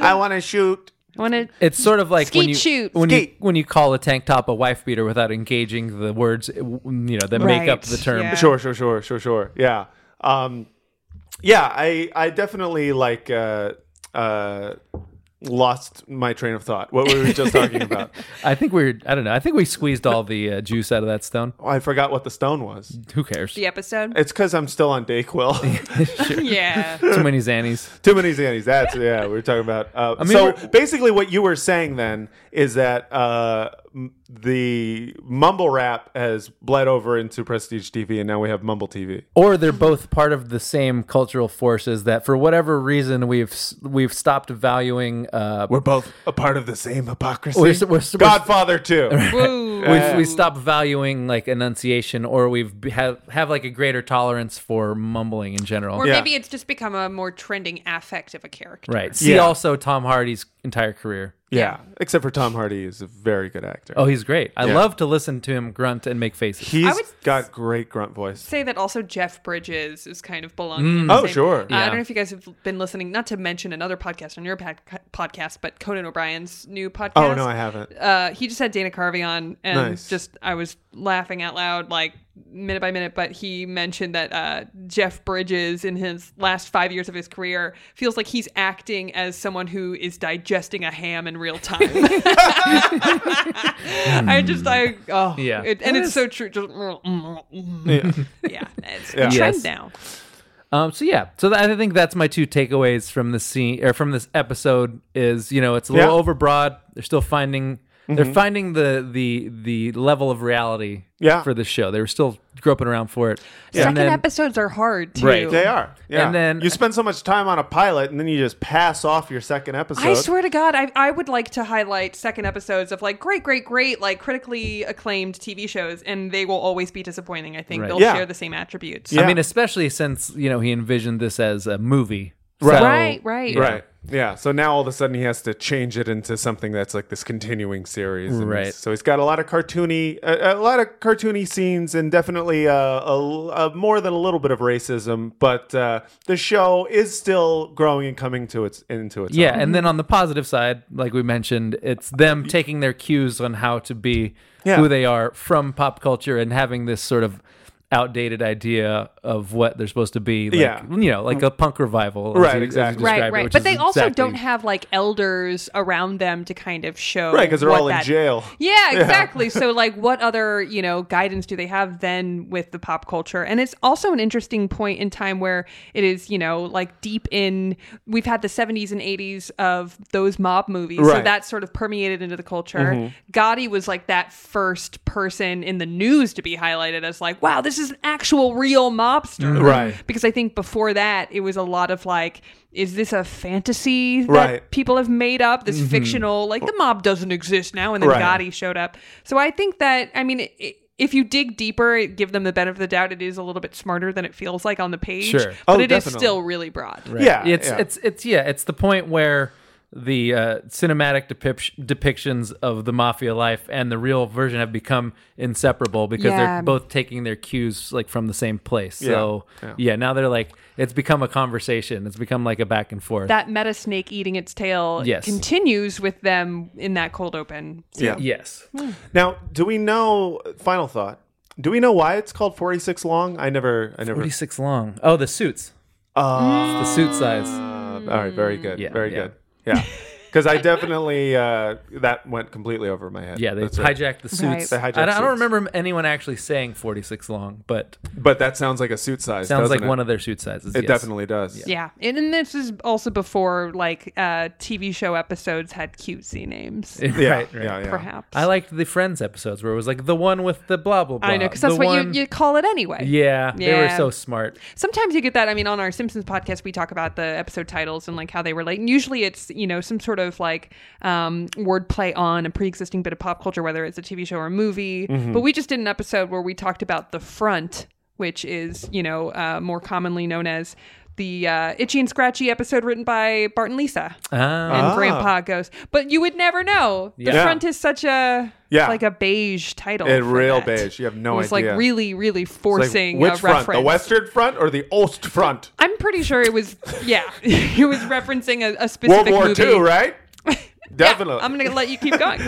S1: i want to shoot
S3: i want to
S2: It's sort of like when
S3: Skeet
S2: you
S3: shoot.
S2: when
S3: Skeet.
S2: you when you call a tank top a wife beater without engaging the words you know that make up the term.
S1: Sure, sure, sure, sure, sure. Yeah. Um, yeah, I I definitely like uh, uh, lost my train of thought. What we were just talking about.
S2: I think we're I don't know. I think we squeezed all the uh, juice out of that stone.
S1: Oh, I forgot what the stone was.
S2: Who cares?
S3: the episode
S1: It's because I'm still on Dayquil.
S3: yeah
S2: Too many Xannies.
S1: Too many Xannies. That's yeah. We were talking about. Uh,
S2: I mean,
S1: so basically, what you were saying then is that uh, m- the mumble rap has bled over into prestige TV, and now we have mumble TV.
S2: or they're both part of the same cultural forces that for whatever reason we've s- we've stopped valuing uh
S1: we're both a part of the same hypocrisy
S2: we're, s- we're, s- we're,
S1: Godfather too.
S2: we've, we stopped valuing like enunciation or we've be- have have like a greater tolerance for mumbling in general
S3: Or maybe it's just become a more trending affect of a character.
S2: right see
S1: Yeah.
S2: also tom hardy's entire career
S1: Yeah. except for Tom Hardy is a very good actor.
S2: oh he's great i
S1: Yeah.
S2: love to listen to him grunt and make faces
S1: He's
S3: I would-
S1: got great grunt voice.
S3: Say that also Jeff Bridges is kind of belonging. in
S1: Mm.
S3: the
S1: Oh,
S3: same-
S1: sure.
S3: Uh, I
S1: Yeah.
S3: don't know if you guys have been listening, not to mention another podcast on your pod- podcast, but Conan O'Brien's new podcast.
S1: Oh, no, I haven't.
S3: Uh, he just had Dana Carvey on, and
S1: Nice.
S3: just I was laughing out loud, like minute by minute. But he mentioned that uh, Jeff Bridges, in his last five years of his career, feels like he's acting as someone who is digesting a ham in real time. I just, I, oh,
S2: Yeah.
S3: it- and
S2: What
S3: it's
S2: is-
S3: so true. Just, mm,
S2: Yeah.
S3: yeah, it's
S2: Yeah.
S3: a trend
S2: Yes.
S3: now.
S2: Um, so yeah, so th- I think that's my two takeaways from the scene or from this episode is you know it's a little
S1: Yeah.
S2: overbroad. They're still finding they're
S1: Mhm.
S2: finding the the the level of reality
S1: Yeah.
S2: for this show. They were still groping around for it.
S3: Second
S2: And then-
S3: episodes are hard too.
S2: Right.
S1: They are. Yeah.
S2: And then-
S1: you spend so much time on a pilot, and then you just pass off your second episode.
S3: I swear to God, I, I would like to highlight second episodes of like great, great, great, like critically acclaimed TV shows, and they will always be disappointing. I think
S2: Right.
S3: they'll
S2: Yeah.
S3: share the same attributes.
S2: I mean, especially since you know he envisioned this as a movie.
S3: Right.
S2: So-
S3: Right, right.
S2: yeah.
S1: Right. Yeah. So now all of a sudden he has to change it into something that's like this continuing series. And
S2: Right.
S1: he's- So he's got a lot of cartoony, a, a lot of cartoony scenes, and definitely uh, a, a more than a little bit of racism. But uh, the show is still growing and coming to its into its.
S2: Yeah,
S1: own.
S2: and then on the positive side, like we mentioned, it's them taking their cues on how to be
S1: Yeah.
S2: who they are from pop culture and having this sort of outdated idea of what they're supposed to be. Like,
S1: Yeah.
S2: you know, like a punk revival, as
S1: Right,
S2: you- as you
S1: exactly.
S2: described
S3: right,
S2: it,
S3: right.
S2: which
S3: But
S2: is
S3: they also
S2: exactly-
S3: don't have like elders around them to kind of show.
S1: Right, 'cause they're
S3: what
S1: all in
S3: that-
S1: jail.
S3: Yeah,
S1: Yeah.
S3: exactly. so, like, what other you know guidance do they have then with the pop culture? And it's also an interesting point in time where it is you know like deep in. We've had the '70s and '80s of those mob movies, so
S15: Right.
S3: that sort of permeated into the culture.
S15: Mhm.
S3: Gotti was like that first person in the news to be highlighted as like, wow, this is an actual real mobster,
S1: Mhm. Right.
S3: Because I think before that, it was a lot of like, is this a fantasy that
S1: Right.
S3: people have made up? This
S2: Mm-hmm.
S1: Mhm.
S3: fictional, like the mob doesn't exist now, and then
S1: Right.
S3: Gotti showed up. So I think that I mean. i if you dig deeper, give them the benefit of the doubt. It is a little bit smarter than it feels like on the page,
S2: Sure.
S3: but
S2: Oh,
S3: it is
S2: definitely.
S3: still really broad.
S2: Right. it's it's it's yeah, it's the point where the uh, cinematic depic- depictions of the mafia life and the real version have become inseparable because
S3: Yeah.
S2: they're both taking their cues like from the same place.
S1: Yeah.
S2: So
S1: Yeah.
S2: yeah. now they're like it's become a conversation. It's become like a back and forth.
S3: that meta snake eating its tail
S2: Yes.
S3: continues with them in that cold open.
S1: Yeah.
S2: Yes.
S1: Hmm. Now, do we know? Final thought. Do we know why it's called forty six long? I never. I never.
S2: 46 long. Oh, the suits.
S1: Uh,
S2: It's the suit size.
S3: Mm.
S1: All right. Very good. very good. Yeah. Because I definitely uh, that went completely over my head.
S2: Yeah, they
S1: That's right.
S2: hijacked the suits.
S1: They hijacked
S2: I, don't, I don't
S1: suits.
S2: remember anyone actually saying 46 long, but
S1: But that sounds like a suit size.
S2: Sounds
S1: doesn't
S2: like
S1: it?
S2: one of their suit sizes,
S1: It
S2: yes.
S1: definitely does.
S3: Yeah. And, and this is also before like uh, TV show episodes had cutesy names.
S2: right, right.
S3: Perhaps.
S2: I liked the Friends episodes where it was like the one with the blah blah blah.
S3: I know, because
S2: the
S3: that's what
S2: one-
S3: you, you call it anyway.
S2: Yeah, they were so smart.
S3: Sometimes you get that. I mean, on our Simpsons podcast, we talk about the episode titles and like how they relate. And usually it's, you know, some sort of like um, wordplay on a pre existing bit of pop culture, whether it's a TV show or a movie.
S1: Mm-hmm.
S15: Mhm.
S3: But we just did an episode where we talked about the front, which is, you know, uh, more commonly known as the uh, Itchy and Scratchy episode written by Bart and Lisa. And
S2: Um,
S15: Ah.
S3: Grandpa goes, but you would never know. The
S1: Yeah.
S3: front is such a
S1: Yeah.
S3: like a beige title.
S1: It
S3: for
S1: real
S3: that.
S1: beige. You have no
S3: It was
S1: idea.
S3: like really, really forcing
S1: It's like, which
S3: a
S1: front,
S3: reference.
S1: the Western front or the Ost front?
S3: I'm pretty sure it was. Yeah, it was referencing a, a
S1: World
S3: specific
S1: War
S3: movie.
S1: II, right? Definitely.
S3: I'm gonna let you keep going.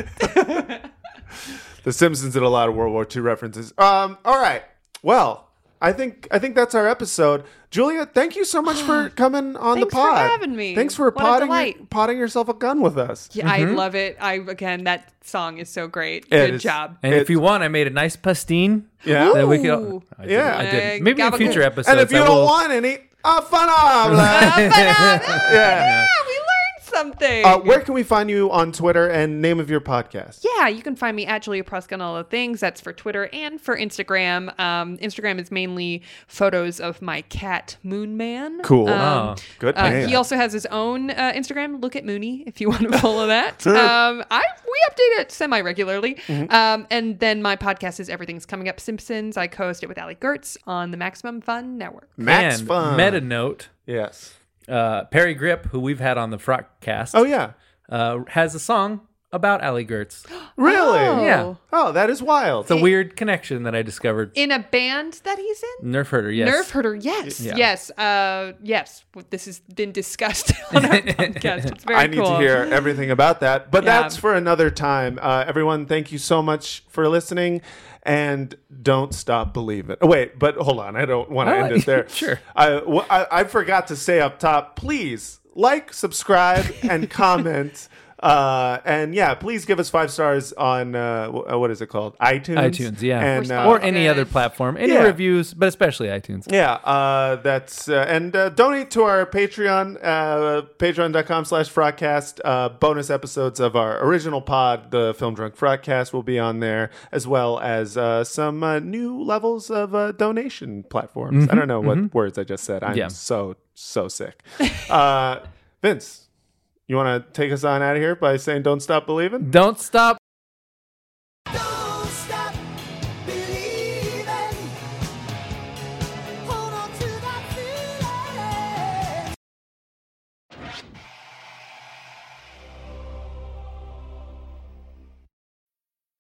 S1: The Simpsons did a lot of World War II references. Um, all right. Well, I think I think that's our episode. Julia, thank you so much for coming on
S3: Thanks
S1: the
S3: for
S1: pod.
S3: having me.
S1: Thanks for
S3: What a
S1: potting, your-
S3: delight.
S1: potting yourself a gun with us.
S3: Yeah, I love it. I again, that song is so great.
S2: It
S3: Good
S2: is-
S3: job.
S2: And if you want, I made a nice pastine.
S1: Yeah.
S2: That we could,
S3: Ooh.
S2: I did,
S1: Yeah.
S2: I did.
S3: Uh,
S2: Maybe in
S3: gabagool.
S2: future
S3: And
S2: episodes.
S1: and if you
S2: I
S1: don't
S2: will-
S1: want any, a phenomenon. yeah.
S3: Something.
S1: Uh, where can we find you on Twitter and name of your podcast?
S3: Yeah, you can find me at Julia Prusk on all the things. That's for Twitter and for Instagram. Um, Instagram is mainly photos of my cat Moon Man.
S1: Cool.
S3: Um,
S1: Oh, good
S3: uh,
S1: name.
S3: he also has his own uh, Instagram. Look at Mooney if you want to follow that. um, I we update it semi regularly.
S1: Mm-hmm.
S15: Mhm.
S3: Um, and then my podcast is Everything's Coming Up Simpsons. I co-host it with Ali Gertz on the Maximum Fun Network.
S1: Max
S2: and
S1: Fun.
S2: Meta note.
S1: Yes.
S2: Uh, Perry Grip, who we've had on the Frock Cast.
S1: Oh, yeah.
S2: Uh, has a song about Ali Gertz.
S1: Really?
S3: Oh.
S2: Yeah.
S1: Oh, that is wild.
S2: It's a weird connection that I discovered.
S3: In a band that he's in.
S2: Nerf herder, yes.
S3: Nerf herder, yes,
S2: Yeah.
S3: yes, uh, yes. This has been discussed on our podcast. It's very
S1: I need
S3: cool.
S1: to hear everything about that. But
S3: Yeah.
S1: that's for another time. Uh, everyone, thank you so much for listening. And don't stop believing. Oh, wait, but hold on. I don't want to
S2: Oh,
S1: end it there.
S2: sure.
S1: I, w- I- I forgot to say up top please like, subscribe, and comment. Uh, and yeah, please give us five stars on uh, w- uh, what is it called? iTunes.
S2: iTunes, yeah.
S1: And, uh,
S2: or any other platform. Any
S1: Yeah.
S2: reviews, but especially iTunes.
S1: yeah, uh, that's uh, and uh, donate to our Patreon, uh, patreon.com slash Frogcast. Uh, bonus episodes of our original pod, the Film Drunk Frogcast, will be on there, as well as uh, some uh, new levels of uh, donation platforms. I
S2: Mhm,
S1: don't know what
S2: mhm.
S1: words I just said. I'm
S2: Yeah.
S1: so so sick. Uh, Vince, you want to take us on out of here by saying "Don't stop believing."
S2: Don't stop